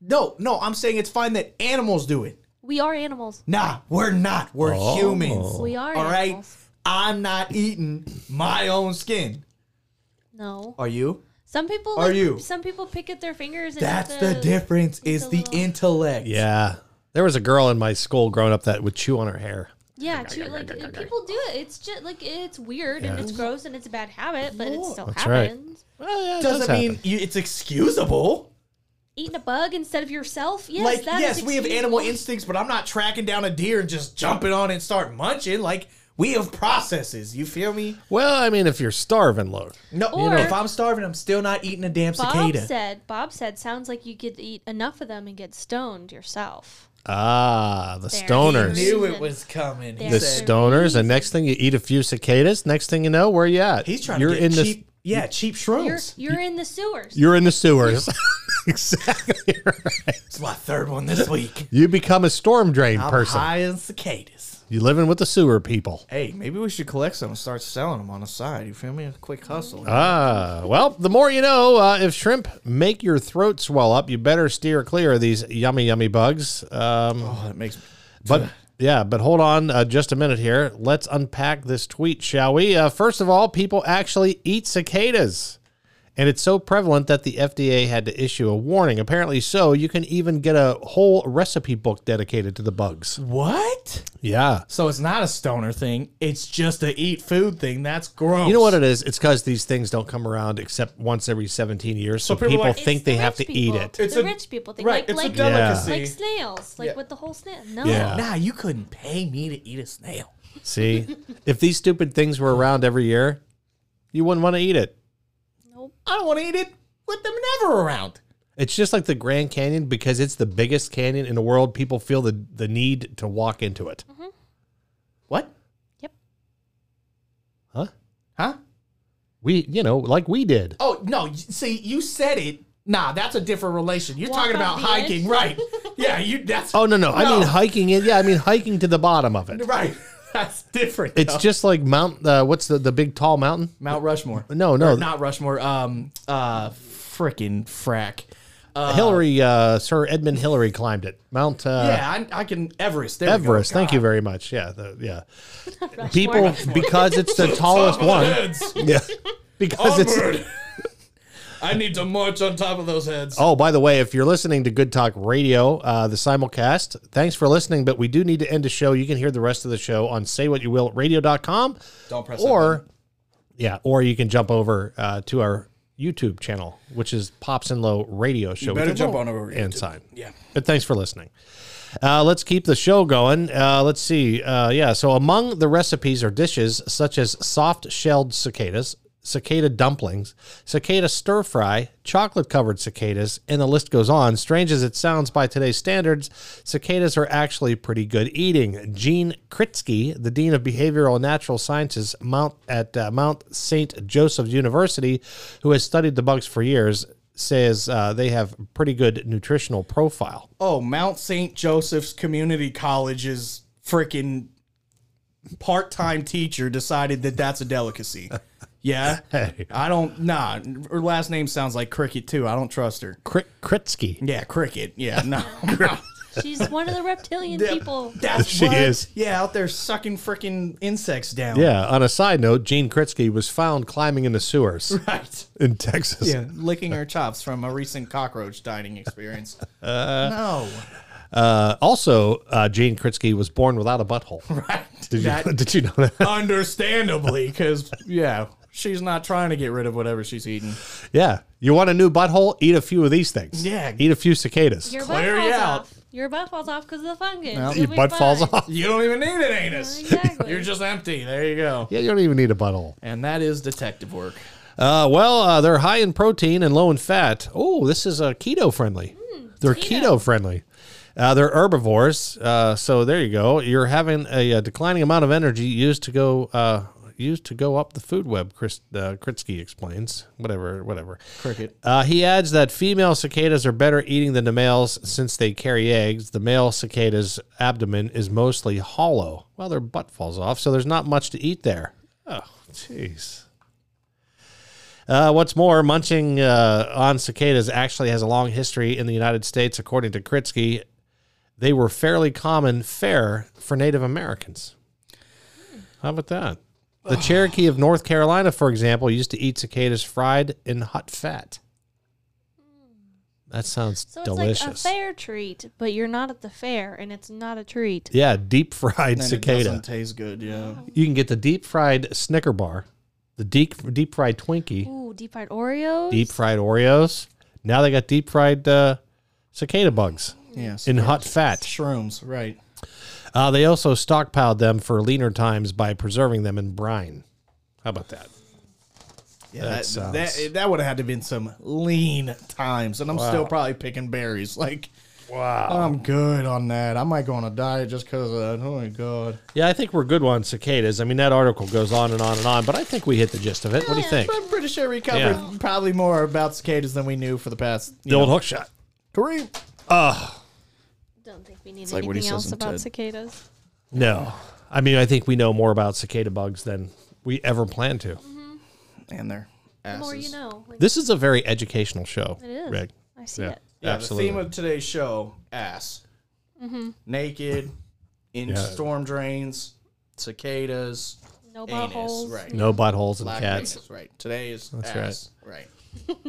no, no, I'm saying it's fine that animals do it. We are animals. Nah, we're not. We're Oh. humans. We are All right. animals. I'm not eating my own skin. No. Are you? Some people Are like, you? Some people pick at their fingers. And That's eat the, difference. eat Is the the little- intellect. Yeah. There was a girl in my school growing up that would chew on her hair. Yeah, too, like uh, people do it. It's just like it's weird and it's gross and it's a bad habit, but it still That's right. happens. Well, yeah, it Doesn't does mean happen. you, it's excusable. Eating a bug instead of yourself. Yes, like that yes, is we have excusable. animal instincts, but I'm not tracking down a deer and just jumping on it and start munching. Like we have processes. You feel me? Well, I mean, if you're starving, look. No. Or- if I'm starving, I'm still not eating a damn Bob cicada. said. Bob said. Sounds like you could eat enough of them and get stoned yourself. Ah, the There. I stoners. knew it was coming. He The There. There's said- sto- stoners, and next thing you eat a few cicadas. Next thing you know, where you at? he's trying you're to get in the cheap. yeah, cheap You're shrooms. you're in the sewers. you're in the sewers. <laughs> exactly. It's my third one this <laughs> week. You become a storm drain I'm person. high in cicadas. You living with the sewer people. Hey, maybe we should collect some and start selling them on the side. You feel me? A quick hustle. Ah, well, the more you know. Uh, if shrimp make your throat swell up, you better steer clear of these yummy, yummy bugs. Um, oh, that makes. <sighs> but yeah, but hold on uh, just a minute here. Let's unpack this tweet, shall we? Uh, first of all, people actually eat cicadas. And it's so prevalent that the FDA had to issue a warning. Apparently, so you can even get a whole recipe book dedicated to the bugs. What? Yeah. So it's not a stoner thing. It's just a eat food thing. That's gross. You know what it is? It's because these things don't come around except once every 17 years. So, people people, like- It's think the they have to rich eat people. it. It's the a- rich people think right, like it's a like, delicacy. like snails, like with the whole snail. No, Yeah. Nah, you couldn't pay me to eat a snail. <laughs> See, if these stupid things were around every year, you wouldn't want to eat it. nope. I don't want to eat it with them never around. It's just like the Grand Canyon because it's the biggest canyon in the world. People feel the, the need to walk into it. Mm-hmm. What? Yep. Huh? Huh? We, you know, like we did. Oh no! y- See, you said it. Nah, that's a different relation. You're Walk talking up about the edge. <laughs> hiking, right? yeah, you. That's Oh, no, no. I mean hiking it. Yeah, I mean hiking to the bottom of it. <laughs> right. That's different. It's though. just like Mount. Uh, what's the the big tall mountain? Mount Rushmore. No, no. Or not Rushmore. Um, uh, freaking frack. Uh, Hillary, uh, Sir Edmund Hillary climbed it. Mount uh, yeah, I, I can Everest. There we go. Everest. Thank you God. very much. Yeah, the, <laughs> yeah. People, because it's the tallest one. Yeah, because it's. Onward. I need to march on top of those heads. Oh, by the way, if you're listening to Good Talk Radio, uh, the simulcast, thanks for listening, but we do need to end the show. You can hear the rest of the show on saywhatyouwillradio.com. Don't press that or yeah, or you can jump over uh, to our YouTube channel, which is Pops and Low Radio Show. with better a jump little on over to and YouTube. sign. Yeah. But thanks for listening. Uh, let's keep the show going. Uh, let's see. Uh, yeah. So among the recipes are dishes such as soft shelled cicadas, cicada dumplings, cicada stir fry, chocolate covered cicadas, and the list goes on. Strange as it sounds by today's standards, cicadas are actually pretty good eating. Gene Kritsky, the dean of behavioral and natural sciences Mount at uh, Mount Saint Joseph University, who has studied the bugs for years. Says uh, they have pretty good nutritional profile. Oh, Mount St. Joseph's Community College's freaking part-time teacher decided that that's <laughs> a delicacy. Yeah, I don't. Nah, her last name sounds like cricket too. I don't trust her. Krit- Kritsky. Yeah, cricket. Yeah, <laughs> no. She's one of the reptilian people. <laughs> That's She what? is. Yeah, out there sucking freaking insects down. Yeah. On a side note, Gene Kritsky was found climbing into <laughs> sewers <laughs> Right. in Texas. Yeah, licking her chops from a recent cockroach <laughs> dining experience. no. <laughs> Uh, also, uh, Gene Kritsky was born without a butthole. <laughs> Right. Did you, <laughs> That- did you know <laughs> that? understandably, because, yeah, she's not trying to get rid of whatever she's eating. Yeah. You want a new butthole? Eat a few of these things. Yeah. Eat a few cicadas. Your butt Clear falls you out. off. Your butt falls off because of the <laughs> fungus. Your butt falls off. <laughs> You don't even need an anus. <laughs> Exactly. You're just empty. There you go. Yeah, you don't even need a butthole. And that is detective work. Uh, well, uh, they're high in protein and low in fat. Oh, this is uh, keto friendly. they're keto, keto. friendly. Uh, they're herbivores. Uh, so there you go. You're having a, uh declining amount of energy used to go uh, used to go up the food web. Chris, uh, Kritsky explains. Whatever, whatever. Cricket. Uh, he adds that female cicadas are better eating than the males since they carry eggs. The male cicada's abdomen is mostly hollow. Well, their butt falls off, so there's not much to eat there. Oh, jeez. Uh, what's more, munching uh, on cicadas actually has a long history in the United States, according to Kritsky. They were fairly common fare for Native Americans. How about that? The Cherokee of North Carolina, for example, used to eat cicadas fried in hot fat. That sounds so it's like a delicious. fair treat, but you're not at the fair, and it's not a treat. yeah, deep fried And it cicada. doesn't taste good, Oh, yeah. You can get the deep fried Snicker bar, the deep deep fried Twinkie, Ooh, deep fried Oreos. deep fried Oreos. Now they got deep fried uh, cicada bugs Yes. in hot fat. Shrooms, right. Uh, they also stockpiled them for leaner times by preserving them in brine. How about that? Yeah, that, sounds- that, that would have had to been some lean times, and I'm still probably picking berries. Like, wow, I'm good on that. I might go on a diet just because of that. Oh my god, Yeah, I think we're good on cicadas. I mean, that article goes on and on and on, but I think we hit the gist of it. What do you think? I'm pretty sure we covered Yeah. probably more about cicadas than we knew for the past. The old hook shot. Kareem, Don't think we need like what he anything says else in about Ted. cicadas. No. I mean, I think we know more about cicada bugs than we ever planned to. Mm-hmm. and their The asses. more you know. Like, This is a very educational show. it is. Rick. I see Yeah. it. Yeah, Absolutely. the theme of today's show: ass, naked, in Yeah. storm drains, cicadas, No anus. buttholes. Right, no buttholes and Black cats. races, Right, today is That's ass. right.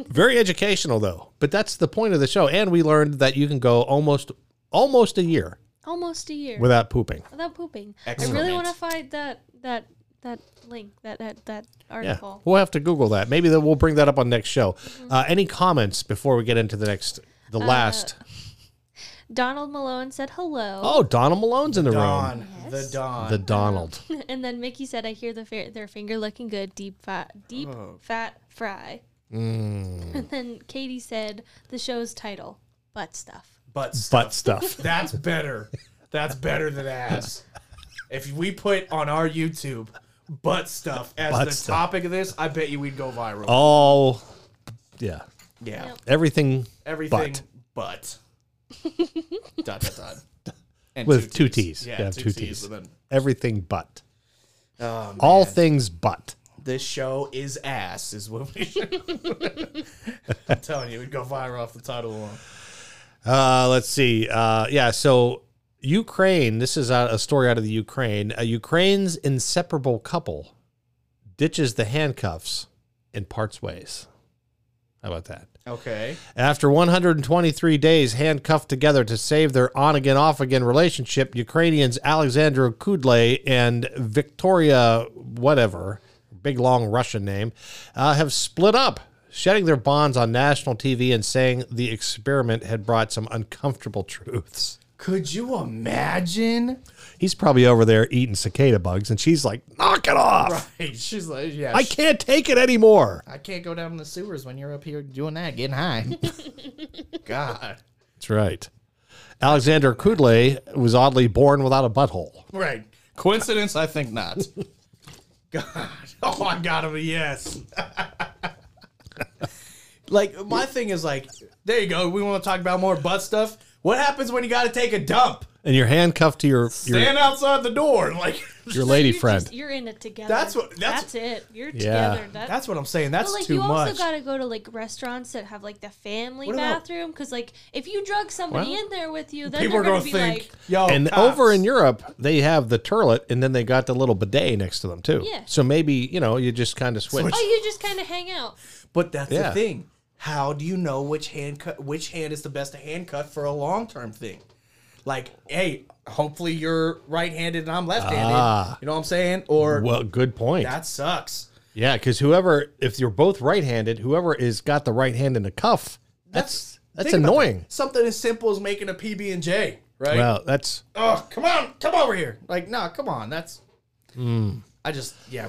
Very educational though. But that's the point of the show. And we learned that you can go almost almost a year Almost a year without pooping. without pooping. Excellent. I really want to find that that that link that that, that Yeah, article. we'll have to Google that. Maybe that we'll bring that up on next show. Uh, any comments before we get into the next, the last? Donald Malone said hello, <laughs> Oh, Donald Malone's in the room. Dawn, the dawn. The Donald. and then Mickey said, "I hear the fa- their finger looking good, deep fat, deep Oh. fat fry." Mm. And then Katie said, "The show's title, butt stuff." butt stuff. Butt stuff. That's better. That's better than ass. If we put on our YouTube butt stuff as Butt the stuff. Oh. topic of this, I bet you we'd go viral. All, yeah, yeah. Yep. everything. Everything Butt. but. dot dot dot. And with two T's. Yeah, Yeah, two, T's. and then- Everything but. Oh, All things but. this show is ass, is what we <laughs> I'm telling you, we'd go viral off the title alone. Uh, let's see. Uh, yeah, so Ukraine. This is a, a story out of the Ukraine. A Ukraine's inseparable couple ditches the handcuffs and parts ways. How about that? Okay. After 123 days handcuffed together to save their on again, off again relationship, Ukrainians Alexander Kudlay and Victoria, whatever, big long Russian name, uh, have split up, shedding their bonds on national TV and saying the experiment had brought some uncomfortable truths. Could you <laughs> imagine? He's probably over there eating cicada bugs, and she's like, knock it off. Right. She's like, yeah. I can't take it anymore. I can't go down in the sewers when you're up here doing that, getting <laughs> high. God. That's right. Alexander Kudlay was oddly born without a butthole. Right. Coincidence? I think not. <laughs> God. <laughs> Oh, I got him a yes. <laughs> like, my thing is like, there you go. We want to talk about more butt stuff. What happens when you got to take a dump? and you're handcuffed to your your, Stand outside the door. Like, <laughs> your lady you're friend. just- you're in it together. That's what- that's- That's it. You're Yeah. together. That- that's what I'm saying. That's But like too you much. also gotta go to like restaurants that have like the family What about- bathroom because like if you drug somebody Well, in there with you, then People are they're gonna, going to be think, like, yo. and cops. over in Europe, they have the turlet, and then they got the little bidet next to them too. Yeah. So maybe you know you just kind of switch. oh, you just kind of hang out. But that's Yeah. the thing. How do you know which hand cut, which hand is the best to handcuff for a long term thing? Like, hey, hopefully you're right handed and I'm left handed. Ah. You know what I'm saying? Or Well, good point. that sucks. yeah, because whoever, if you're both right-handed, whoever is got the right hand in the cuff, that's that's, think about annoying. that. Something as simple as making a PB and J, right? Well, that's oh, come on, come over here. Like, no, come on. That's Hmm. I just yeah,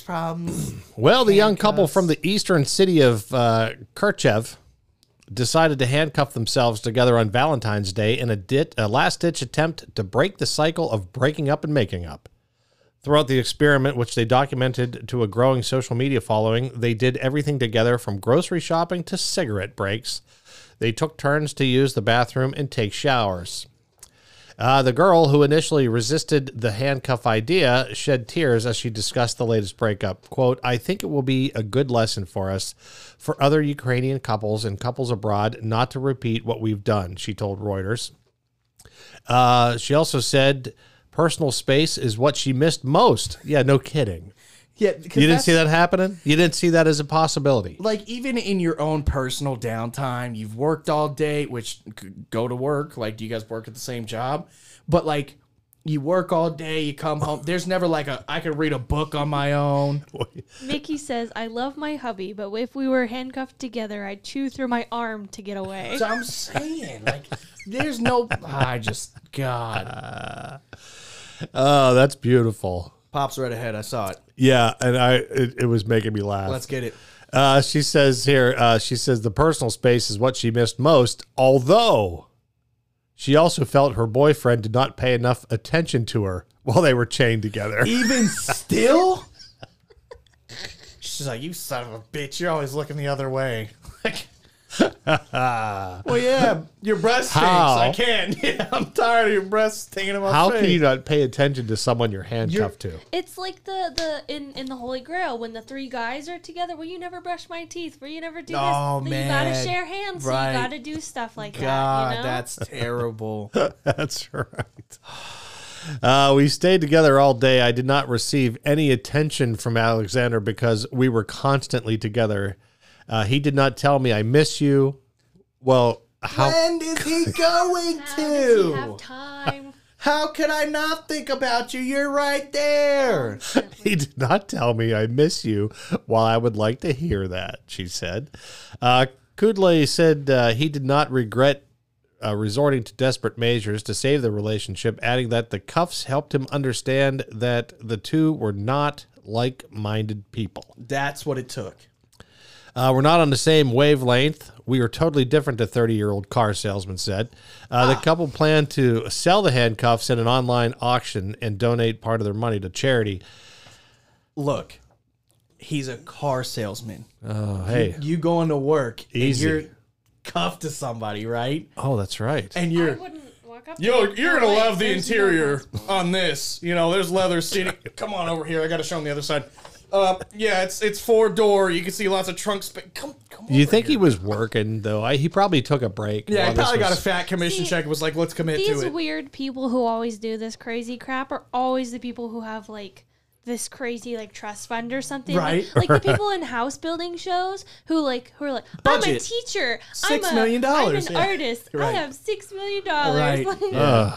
<clears throat> problems. well. The young couple from the eastern city of uh, Kerchev decided to handcuff themselves together on Valentine's Day in a, dit, a last-ditch attempt to break the cycle of breaking up and making up. Throughout the experiment, which they documented to a growing social media following, they did everything together from grocery shopping to cigarette breaks. They took turns to use the bathroom and take showers. Uh, the girl who initially resisted the handcuff idea shed tears as she discussed the latest breakup. Quote, I think it will be a good lesson for us, for other Ukrainian couples and couples abroad, not to repeat what we've done, she told Reuters. Uh, she also said personal space is what she missed most. Yeah, no kidding. Yeah, because You didn't see that happening? You didn't see that as a possibility. like even in your own personal downtime, you've worked all day, which g- go to work. Like, do you guys work at the same job? But like, you work all day, you come home. There's never like a I could read a book on my own. Nikki says, "I love my hubby, but if we were handcuffed together, I'd chew through my arm to get away." So I'm saying like, there's no. I just God. Oh, that's beautiful. Pops right ahead. I saw it. Yeah, and I it, it was making me laugh. Let's get it. Uh, she says here, uh, she says the personal space is what she missed most, although she also felt her boyfriend did not pay enough attention to her while they were chained together. Even still. She's like, you son of a bitch! You're always looking the other way. <laughs> Like, well, yeah, your breath stinks. How? I can't. <laughs> Yeah, I'm tired of your breath stinking in my <laughs> How face. can you not pay attention to someone you're handcuffed to? <laughs> It's like the the in in the Holy Grail when the three guys are together. Well, you never brush my teeth. Well, you never do Oh, this. man. You gotta share hands. Right. So you gotta do stuff like <laughs> God, that. You know? that's <laughs> terrible. That's right. Uh, we stayed together all day. I did not receive any attention from Alexander because we were constantly together. Uh, he did not tell me I miss you. Well, how when is <laughs> he going How Uh, does he have to? time. How could I not think about you? You're right there. <laughs> He did not tell me I miss you. While I would like to hear that, she said. Uh, Kudlay said uh, he did not regret uh, resorting to desperate measures to save the relationship, adding that the cuffs helped him understand that the two were not like minded people. <laughs> That's what it took. Uh, we're not on the same wavelength. We are totally different, the 30 year old car salesman said. Uh, The couple planned to sell the handcuffs in an online auction and donate part of their money to charity. Look, he's a car salesman. Oh, hey. You going to work Easy. and you're cuffed to somebody, right? Oh, that's right. And I you're wouldn't walk back up. Yo, there. you're Oh, gonna wait, love the there's no interior possible- on this. You know, there's <laughs> leather seating. Come on over here. I gotta show him the other side. Uh, yeah, it's it's four door. You can see lots of trunk space. Come, come. You over think here. he was working though? I, he probably took a break. Oh Yeah, while he this probably got a was- fat commission See, check. and Was like, let's commit These to it. weird people who always do this crazy crap are always the people who have like this crazy like trust fund or something. Like- Right. <laughs> Like, the people in house building shows who like who are like, I'm a Budget. teacher. Six I'm a, million dollars, I'm an yeah. artist. Right. I have six million dollars. Right. Like,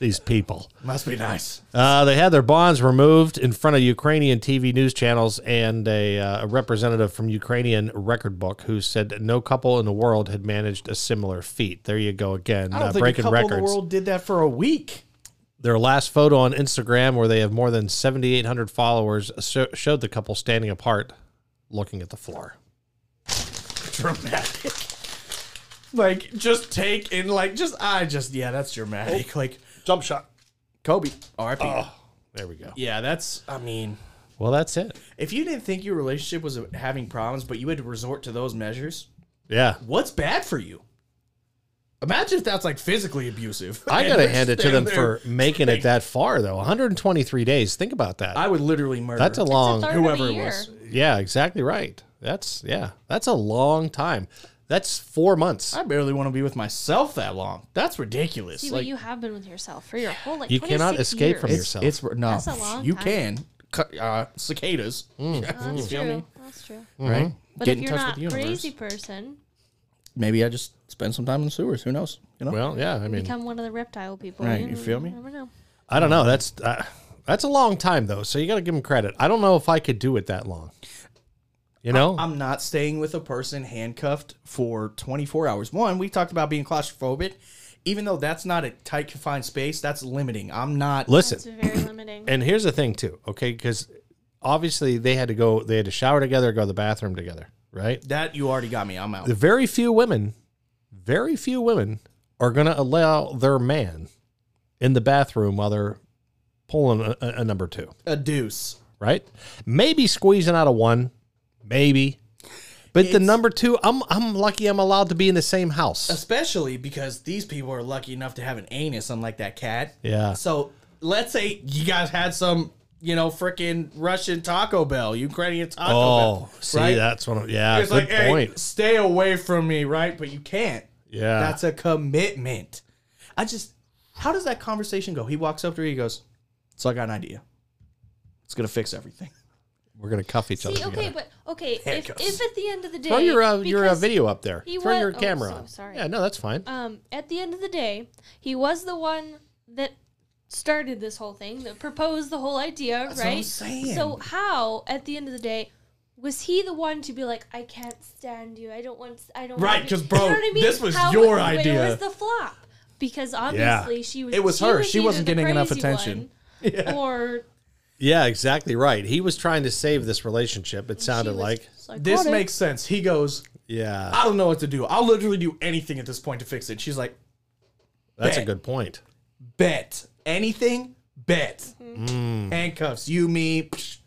these people. Must be nice. Uh, they had their bonds removed in front of Ukrainian TV news channels and a, uh, a representative from Ukrainian record book who said no couple in the world had managed a similar feat. There you go again, I don't uh, think a breaking couple in the records. world did that for a week. Their last photo on Instagram, where they have more than 7,800 followers, sho- showed the couple standing apart, looking at the floor. Dramatic. Like, just take in, like, just I just yeah, that's dramatic. Like, Jump shot. Kobe, R.I.P. There we go. Yeah, that's. I mean, Well, that's it. if you didn't think your relationship was having problems, but you had to resort to those measures, Yeah. what's bad for you? Imagine if that's like physically abusive. I <laughs> And gotta they're hand it to standing them there. for making it that far though. 123 days. Think about that. I would literally murder. That's a long. third of whoever a it year. was. Yeah, exactly right. That's yeah. That's a long time. That's four months. I barely want to be with myself that long. That's ridiculous. See, like but you have been with yourself for your whole life. You cannot escape from years. yourself. it's no. That's a long you time. can Cu- uh, cicadas, <laughs> Mm-hmm. That's feel me? true. That's true. right? But Mm, Get if in you're touch not with the universe. crazy person, Maybe I just spend some time in the sewers. Who knows? You know. Well, yeah. I mean, become one of the reptile people. Right, you feel me? Never know. I don't know. That's uh, that's a long time though. So you got to give them credit. I don't know if I could do it that long. You know, I'm not staying with a person handcuffed for 24 hours. One, we talked about being claustrophobic. Even though that's not a tight confined space, that's limiting. I'm not. listen. It's very <coughs> limiting. And here's the thing too. Okay, because obviously they had to go. They had to shower together, go to the bathroom together, right? That you already got me. I'm out. the very few women, very few women are going to allow their man in the bathroom while they're pulling a, a a number two, A deuce. right? Maybe squeezing out a one, maybe. But the It's- number two, I'm I'm lucky I'm allowed to be in the same house. Especially because these people are lucky enough to have an anus, unlike that cat. Yeah. So let's say you guys had some, you know, freaking Russian Taco Bell, Ukrainian Taco Oh, Bell. see, right? that's what. I'm, yeah, It's good like, hey, point. stay away from me, right? But you can't. Yeah. That's a commitment. I just, how does that conversation go? He walks up to her, he goes, So I got an idea. It's going to fix everything. We're gonna cuff each other. See, okay, together. but okay, if, Handcuffs. if at the end of the day, Throw your uh, your uh, because- video up there. he Throw was- your oh, camera. so on. sorry. Yeah, no, that's fine. um, at the end of the day, he was the one that started this whole thing, that proposed the whole idea, what right? I'm saying. So how, at the end of the day, was he the one to be like, I can't stand you, I don't want, I don't Right, want you-" 'cause, bro, you know what I mean? this was How- your where idea. was the flop? Because obviously she was. It was her. She either wasn't the getting enough crazy attention. <laughs> one Or Yeah, exactly right. He was trying to save this relationship. It she sounded was like. This psychotic. makes sense. He goes, Yeah, I don't know what to do. I'll literally do anything at this point to fix it. She's like, that's a bet. good point. Bet. Anything? Bet. Mm-hmm. Handcuffs. You, me. psh.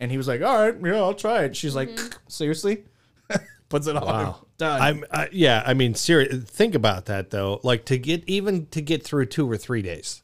And he was like, All right, yeah, I'll try it. She's like, Seriously? <laughs> Puts it on. Mm-hmm. Wow. Done. I'm I, yeah. I mean, serious. Think about that though. Like to get even to get through two or three days.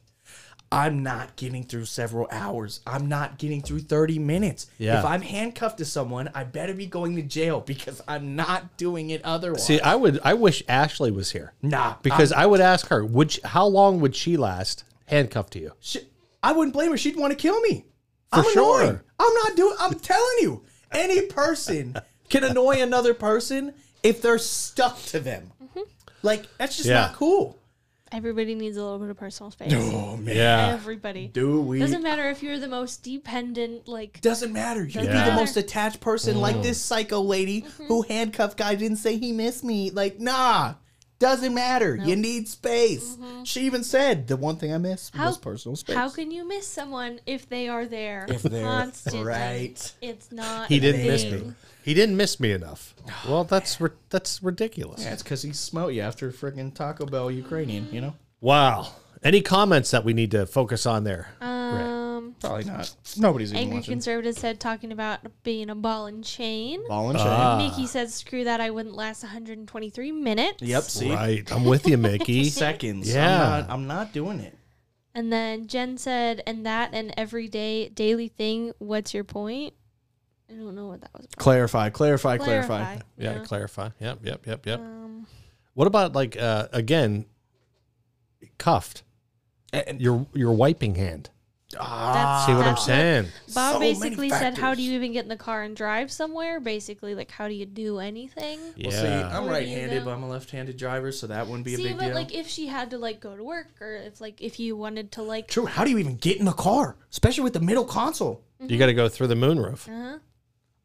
I'm not getting through several hours. I'm not getting through 30 minutes. Yeah. If I'm handcuffed to someone, I better be going to jail because I'm not doing it otherwise. See, I would. I wish Ashley was here nah, because I, I would ask her. Would she, how long would she last handcuffed to you? she- I wouldn't blame her. She'd want to kill me. For I'm sure. annoying. I'm not doing. I'm telling you, any person can annoy another person if they're stuck to them. Mm-hmm. Like that's just Yeah. not cool. everybody needs a little bit of personal space. Oh man, Yeah. Everybody. do we? Doesn't matter if you're the most dependent, like Doesn't matter. You could be matter. the most attached person, like Mm. this psycho lady Mm-hmm. who handcuffed guy didn't say he missed me. Like, nah, doesn't matter. You need space. She even said the one thing I miss Mm-hmm. How- was personal space. how can you miss someone if they are there if they're- constantly? right. It's not. He a didn't miss thing. me. He didn't miss me enough. <sighs> Well, that's ri- that's ridiculous. yeah, it's because he smelt you after freaking Taco Bell Ukrainian. You know, Wow. Any comments that we need to focus on there? Rick? Um, Probably not. Nobody's even Angry watching. conservative said talking about being a ball and chain. Ball and chain. Ah. Mickey said, "Screw that! I wouldn't last 123 minutes." yep. See. Right. I'm with you, <laughs> Mickey. Seconds. Yeah. I'm not, I'm not doing it. And then Jen said, "And that an everyday daily thing. What's your point?" I don't know what that was. About. Clarify. Clarify. Clarify. Yeah, clarify. Yep, yep, yep, yep. Um, what about like uh again cuffed? And- ah. your your wiping hand. That's, See what I'm that's saying? Bob So many basically said, "How do factors. you even get in the car and drive somewhere?" Basically, like, how do you do anything? Yeah. Well, see, I'm Where do you right-handed, go? but I'm a left-handed driver, so that wouldn't be a See, big but deal. like, if she had to like go to work, or if like if you wanted to like, True. How do you even get in the car, especially with the middle console? uh, You got to go through the moonroof.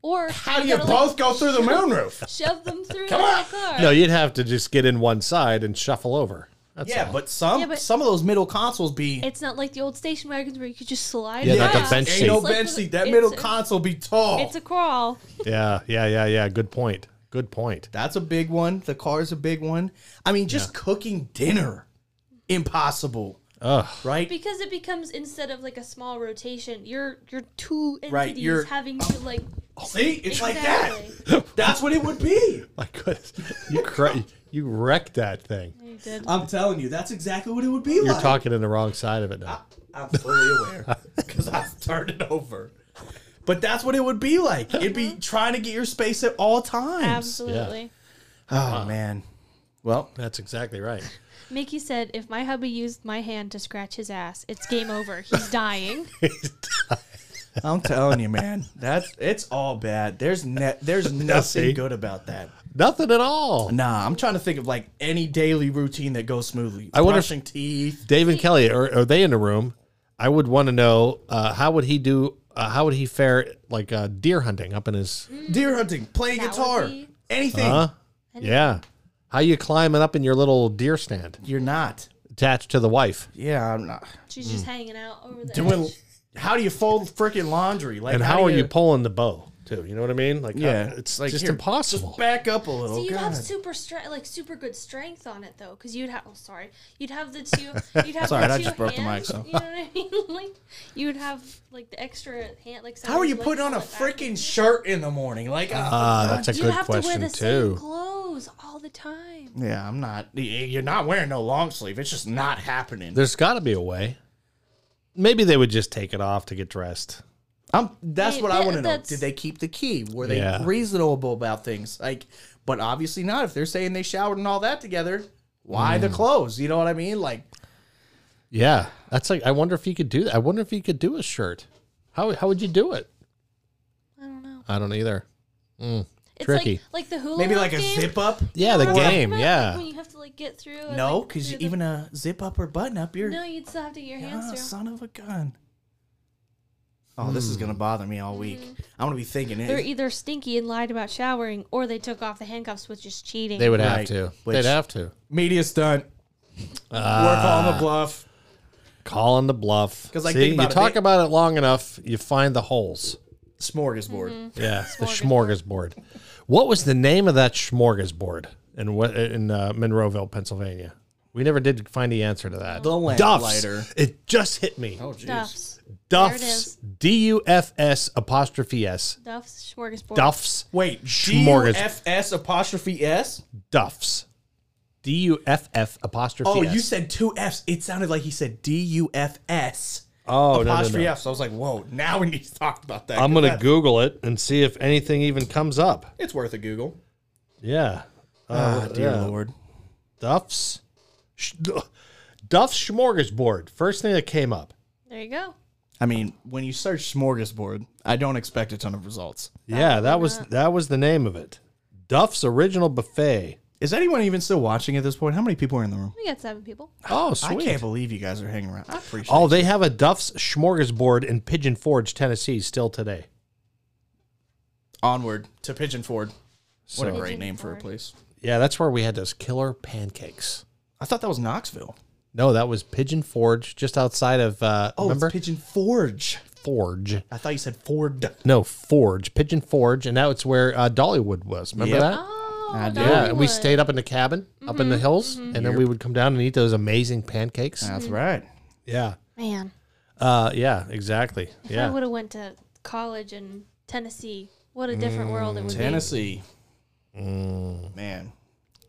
or How do you you gotta, like, both go through the moonroof? <laughs> shove them through the car? No, you'd have to just get in one side and shuffle over. That's yeah, all. but some Yeah, but- some of those middle consoles be It's not like the old station wagons where you could just slide. Yeah, across. not the bench It's seat. ain't no It's like bench the- seat. That it's middle a- console be tall. It's a crawl. yeah, yeah, yeah, yeah. Good point. Good point. <laughs> That's a big one. The car's a big one. I mean, just cooking dinner, impossible. Ugh. Right? Because it becomes instead of like a small rotation, you're you're two entities Right, you're- having to like See, it's like Exactly. that. That's what it would be. My goodness, you cra- you wrecked that thing. You did. I'm telling you, that's exactly what it would be You're like. talking in the wrong side of it now. I'm fully <laughs> aware because I've turned it over. But that's what it would be like. It'd <laughs> be trying to get your space at all times. Absolutely. Oh man. Well, That's exactly right. Mickey said, "If my hubby used my hand to scratch his ass, it's game over. He's dying." I'm telling you, man, that's it's all bad. There's ne- <laughs> there's see? nothing good about that. Nothing at all. Nah, I'm trying to think of like any daily routine that goes smoothly. I wonder if- brushing teeth. Dave and Kelly, are, are they in the room? I would want to know uh, how would he do? Uh, how would he fare like uh, deer hunting up in his? deer hunting, playing That would guitar, be- anything. Huh? Yeah. How you climbing up in your little deer stand You're not. attached to the wife? Yeah, I'm not She's just hanging out over the Hmm. doing. edge. <laughs> How do you fold freaking laundry? Like, And how are do you pulling the bow too? You know what I mean? Like, Yeah, uh, it's like just here, impossible. Just back up a little. So you'd have oh, God. super stre- like super good strength on it though, because you'd have. Oh, sorry. You'd have <laughs> the two. You'd have Sorry, the I two just broke the mic, hands, so. You know what I <laughs> mean? like you'd have like the extra hand. Like How are you like, putting on a pull it back. <laughs> freaking shirt in the morning? Like, uh, Ah, that's a You'd good have to wear question the same too. clothes all the time. yeah, I'm not. y- You're not wearing no long sleeve. It's just not happening. There's got to be a way. Maybe they would just take it off to get dressed. I'm, that's Hey, what I that- want to know. that's- Did they keep the key? Were they Yeah. reasonable about things? Like, but obviously not. If they're saying they showered and all that together, why the clothes? You know what I mean? Like, Yeah, that's like. I wonder if you could do that. I wonder if you could do a shirt. How how would you do it? I don't know. I don't either. It's Tricky. like like the hula. maybe hoop like a game. zip up. Yeah, the Or- game. Like, Yeah, when you have to like get through. and, No, like, because through the- even a zip up or button up, you're No, you'd still have to get your Ah, hands through. son of a gun. Oh, this is gonna bother me all week. Hmm. I'm gonna be thinking They're it. either stinky and lied about showering, or they took off the handcuffs, which is cheating. they would Right, have to. which- They'd have to. Media stunt. Work on the bluff. Calling the bluff. 'Cause, like, See, think about you it, talk they- about it long enough, you find the holes. Smorgasbord. Yeah, the smorgasbord. What was the name of that smorgasbord in what in uh, Monroeville, Pennsylvania? We never did find the answer to that. The Duff's. lamplighter. It just hit me. Duff's. There Oh, it Duff's. is. D U F S apostrophe S. Duff's smorgasbord. Duff's. Wait, Smorgas- G-U-F-S apostrophe S? Duff's. D U F F apostrophe Oh, S. you said two Fs. It sounded like he said D-U-F-S. Oh, no, no, apostrophe no. F. So I was like, whoa, now we need to talk about that. I'm 'cause gonna that- Google it and see if anything even comes up. It's worth a Google. Yeah. Uh, Ah, dear yeah. Lord. Duff's Sh- Duff's smorgasbord. First thing that came up. There you go. I mean, when you search smorgasbord, I don't expect a ton of results. yeah, that was that was the name of it. Duff's original buffet. Is anyone even still watching at this point? How many people are in the room? We got seven people. Oh, Ah, I can't sweet. believe you guys are hanging around. I appreciate Oh, they have a Duff's smorgasbord in Pigeon Forge, Tennessee, still today. Onward to Pigeon Ford. What So- a great name for a Ford. place. Yeah, that's where we had those killer pancakes. I thought that was Knoxville. No, that was Pigeon Forge, just outside of uh, Oh, remember it's Pigeon Forge. Forge. I thought you said Ford. No, Forge, Pigeon Forge, and now it's where uh, Dollywood was. Remember Yep. Mm-hmm, that? Oh, I did. Ah, Yeah, and we Dollywood. stayed up in the cabin, up in the Hmm. hills, and then we would come down and eat those amazing pancakes. That's right. Yeah. Man, Uh, yeah, exactly. If I Yeah. would have went to college in Tennessee, what a different world Mm, it would Tennessee. Man.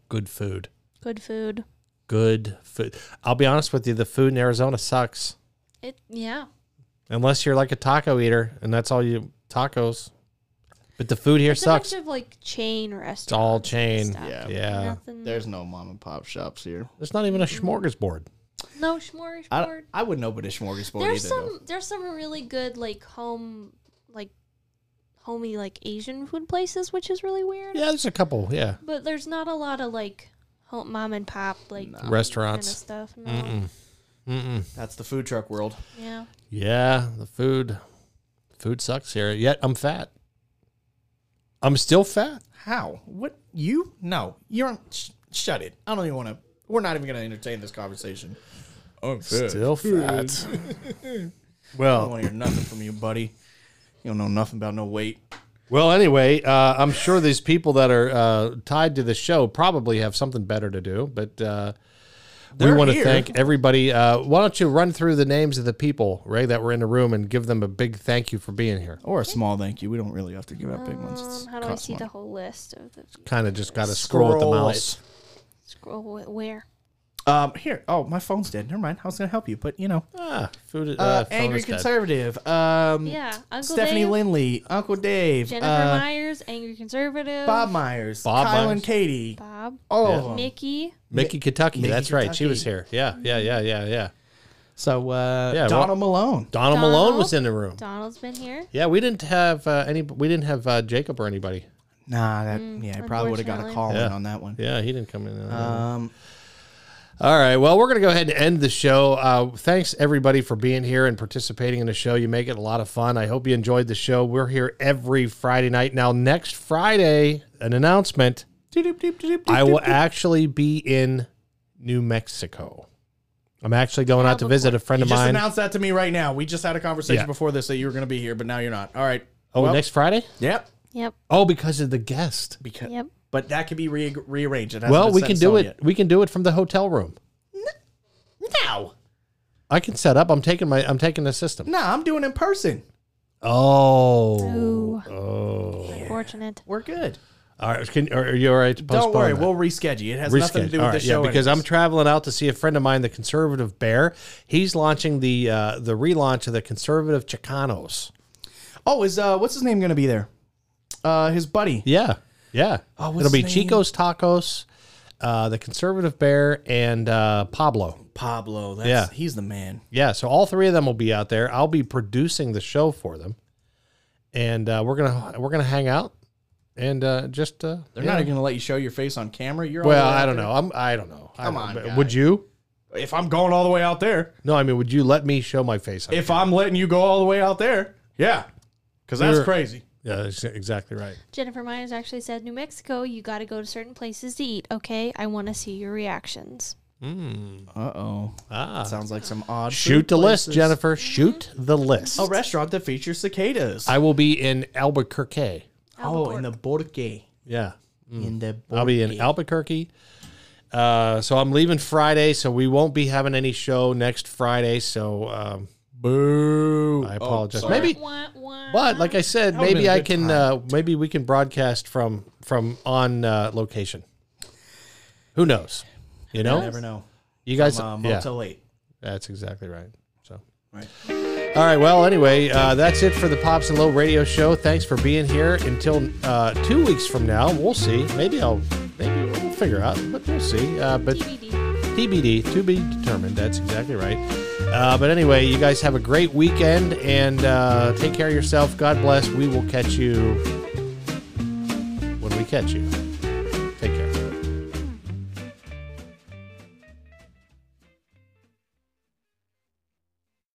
Good food. be. Good food. Good food. I'll be honest with you, the food in Arizona sucks. It yeah. Unless you're like a taco eater and that's all you tacos. But the food here It's sucks. a bunch of like chain restaurants. It's all chain. stuff. Yeah. Yeah. Nothing. There's no mom and pop shops here. There's not even a smorgasbord. Mm-hmm. no smorgasbord. I, don't- I wouldn't open a smorgasbord there's either. some though. there's some really good like home like homey like Asian food places, which is really weird. Yeah, there's a couple. Yeah. But there's not a lot of like home, mom and pop like kind of Restaurants. stuff. No. That's the food truck world. Yeah. Yeah, the food. Food sucks here. Yet I'm fat. I'm still fat. How? What? You? No. You're. Sh- shut it. I don't even want to. We're not even going to entertain this conversation. I'm Still fat. well, I don't want to hear nothing from you, buddy. You don't know nothing about no weight. Well, anyway, uh, I'm sure these people that are uh, tied to the show probably have something better to do, but uh, we We're want to here. thank everybody. Uh, why don't you run through the names of the people, Ray, that were in the room and give them a big thank you for being here? Or a small thank you. We don't really have to give out big ones. It's Um, how do I cost see money. the whole list of the Kind of just got to scroll with the Scroll mouse. scroll? wh- Where? Um, here. Oh, my phone's dead. Never mind. I was going to help you, but you know. Ah, food. Uh, Uh, phone angry is dead. conservative. Um, Yeah, Uncle Stephanie Dave, Lindley, Uncle Dave, Jennifer uh, Myers, angry conservative, Bob Myers, Bob Kyle Myers. and Katie, Bob, all Yeah. of them. Mickey, Mickey Kentucky. Mickey that's right. She was here. Yeah, yeah, yeah, yeah, yeah. So uh, Yeah, Donald Malone. Donald, Malone Donald. was in the room. Donald's been here. Yeah, we didn't have uh, any. We didn't have uh, Jacob or anybody. Nah, that yeah, I probably would have got a Mm, unfortunately. call Yeah. in on that one. Yeah, he didn't come in. Uh, Um, All right. Well, we're going to go ahead and end the show. Uh, thanks, everybody, for being here and participating in the show. You make it a lot of fun. I hope you enjoyed the show. We're here every Friday night. Now, next Friday, an announcement I <laughs> will actually be in New Mexico. I'm actually going out to visit a friend you of just mine. announced that to me right now. We just had a conversation Yeah. before this that you were going to be here, but now you're not. All right. Oh, Well, next Friday? Yep. Yep, Oh, because of the guest. Because, yep. But that could be re- rearranged. It hasn't Well, been we set can in do stone it. We can do it from the hotel room. yet. No, I can set up. I'm taking my. I'm taking the system. no, I'm doing it in person. Oh. Ooh. Oh. Unfortunate. We're good. All right. Can, are you all right to postpone Don't worry, that? we'll reschedule. It has nothing to Reschedule. do with All the right, show. yeah, because I'm anyways. traveling out to see a friend of mine, the conservative bear. He's launching the uh, the relaunch of the conservative Chicanos. oh, is uh, what's his name going to be there? Uh, his buddy. Yeah, yeah. Oh, what's It'll be his name? Chico's Tacos, uh, the conservative bear, and uh, Pablo. Pablo. That's, Yeah. he's the man. Yeah, so all three of them will be out there. I'll be producing the show for them, and uh, we're gonna we're gonna hang out and uh, just uh, They're yeah. not going to let you show your face on camera. You're Well, all the way I out don't there. know. I'm I don't know. I Come don't know. on, But guy. Would you? If I'm going all the way out there, No, I mean, would you let me show my face? on if I'm letting you go all the way out there, yeah, because that's You're- crazy. Yeah, that's exactly right. Jennifer Myers actually said, "New Mexico, you got to go to certain places to eat." Okay, I want to see your reactions. Uh oh. Ah. Sounds like some odd. Shoot food the list, places. Jennifer. Shoot the list. A restaurant that features cicadas. I will be in Albuquerque. oh, in the Borque. Yeah. In the Borque. Mm. I'll be in Albuquerque. Uh, so I'm leaving Friday, so we won't be having any show next Friday. So um, Boo. Oh, I apologize. sorry. maybe, Wah, wah. but like I said, would've maybe been a I good can. Uh, maybe we can broadcast from from on uh, location. Who knows? You know, Never know. you guys. Uh, yeah. Motel 8. That's exactly right. So. Right. All right. Well, anyway, uh, that's it for the Pops and Low Radio Show. Thanks for being here. Until uh, two weeks from now, we'll see. Maybe I'll maybe we'll figure out, but we'll see. Uh, but DVD. TBD, to be determined. That's exactly right. Uh, but anyway, you guys have a great weekend and uh, take care of yourself. God bless. We will catch you when we catch you.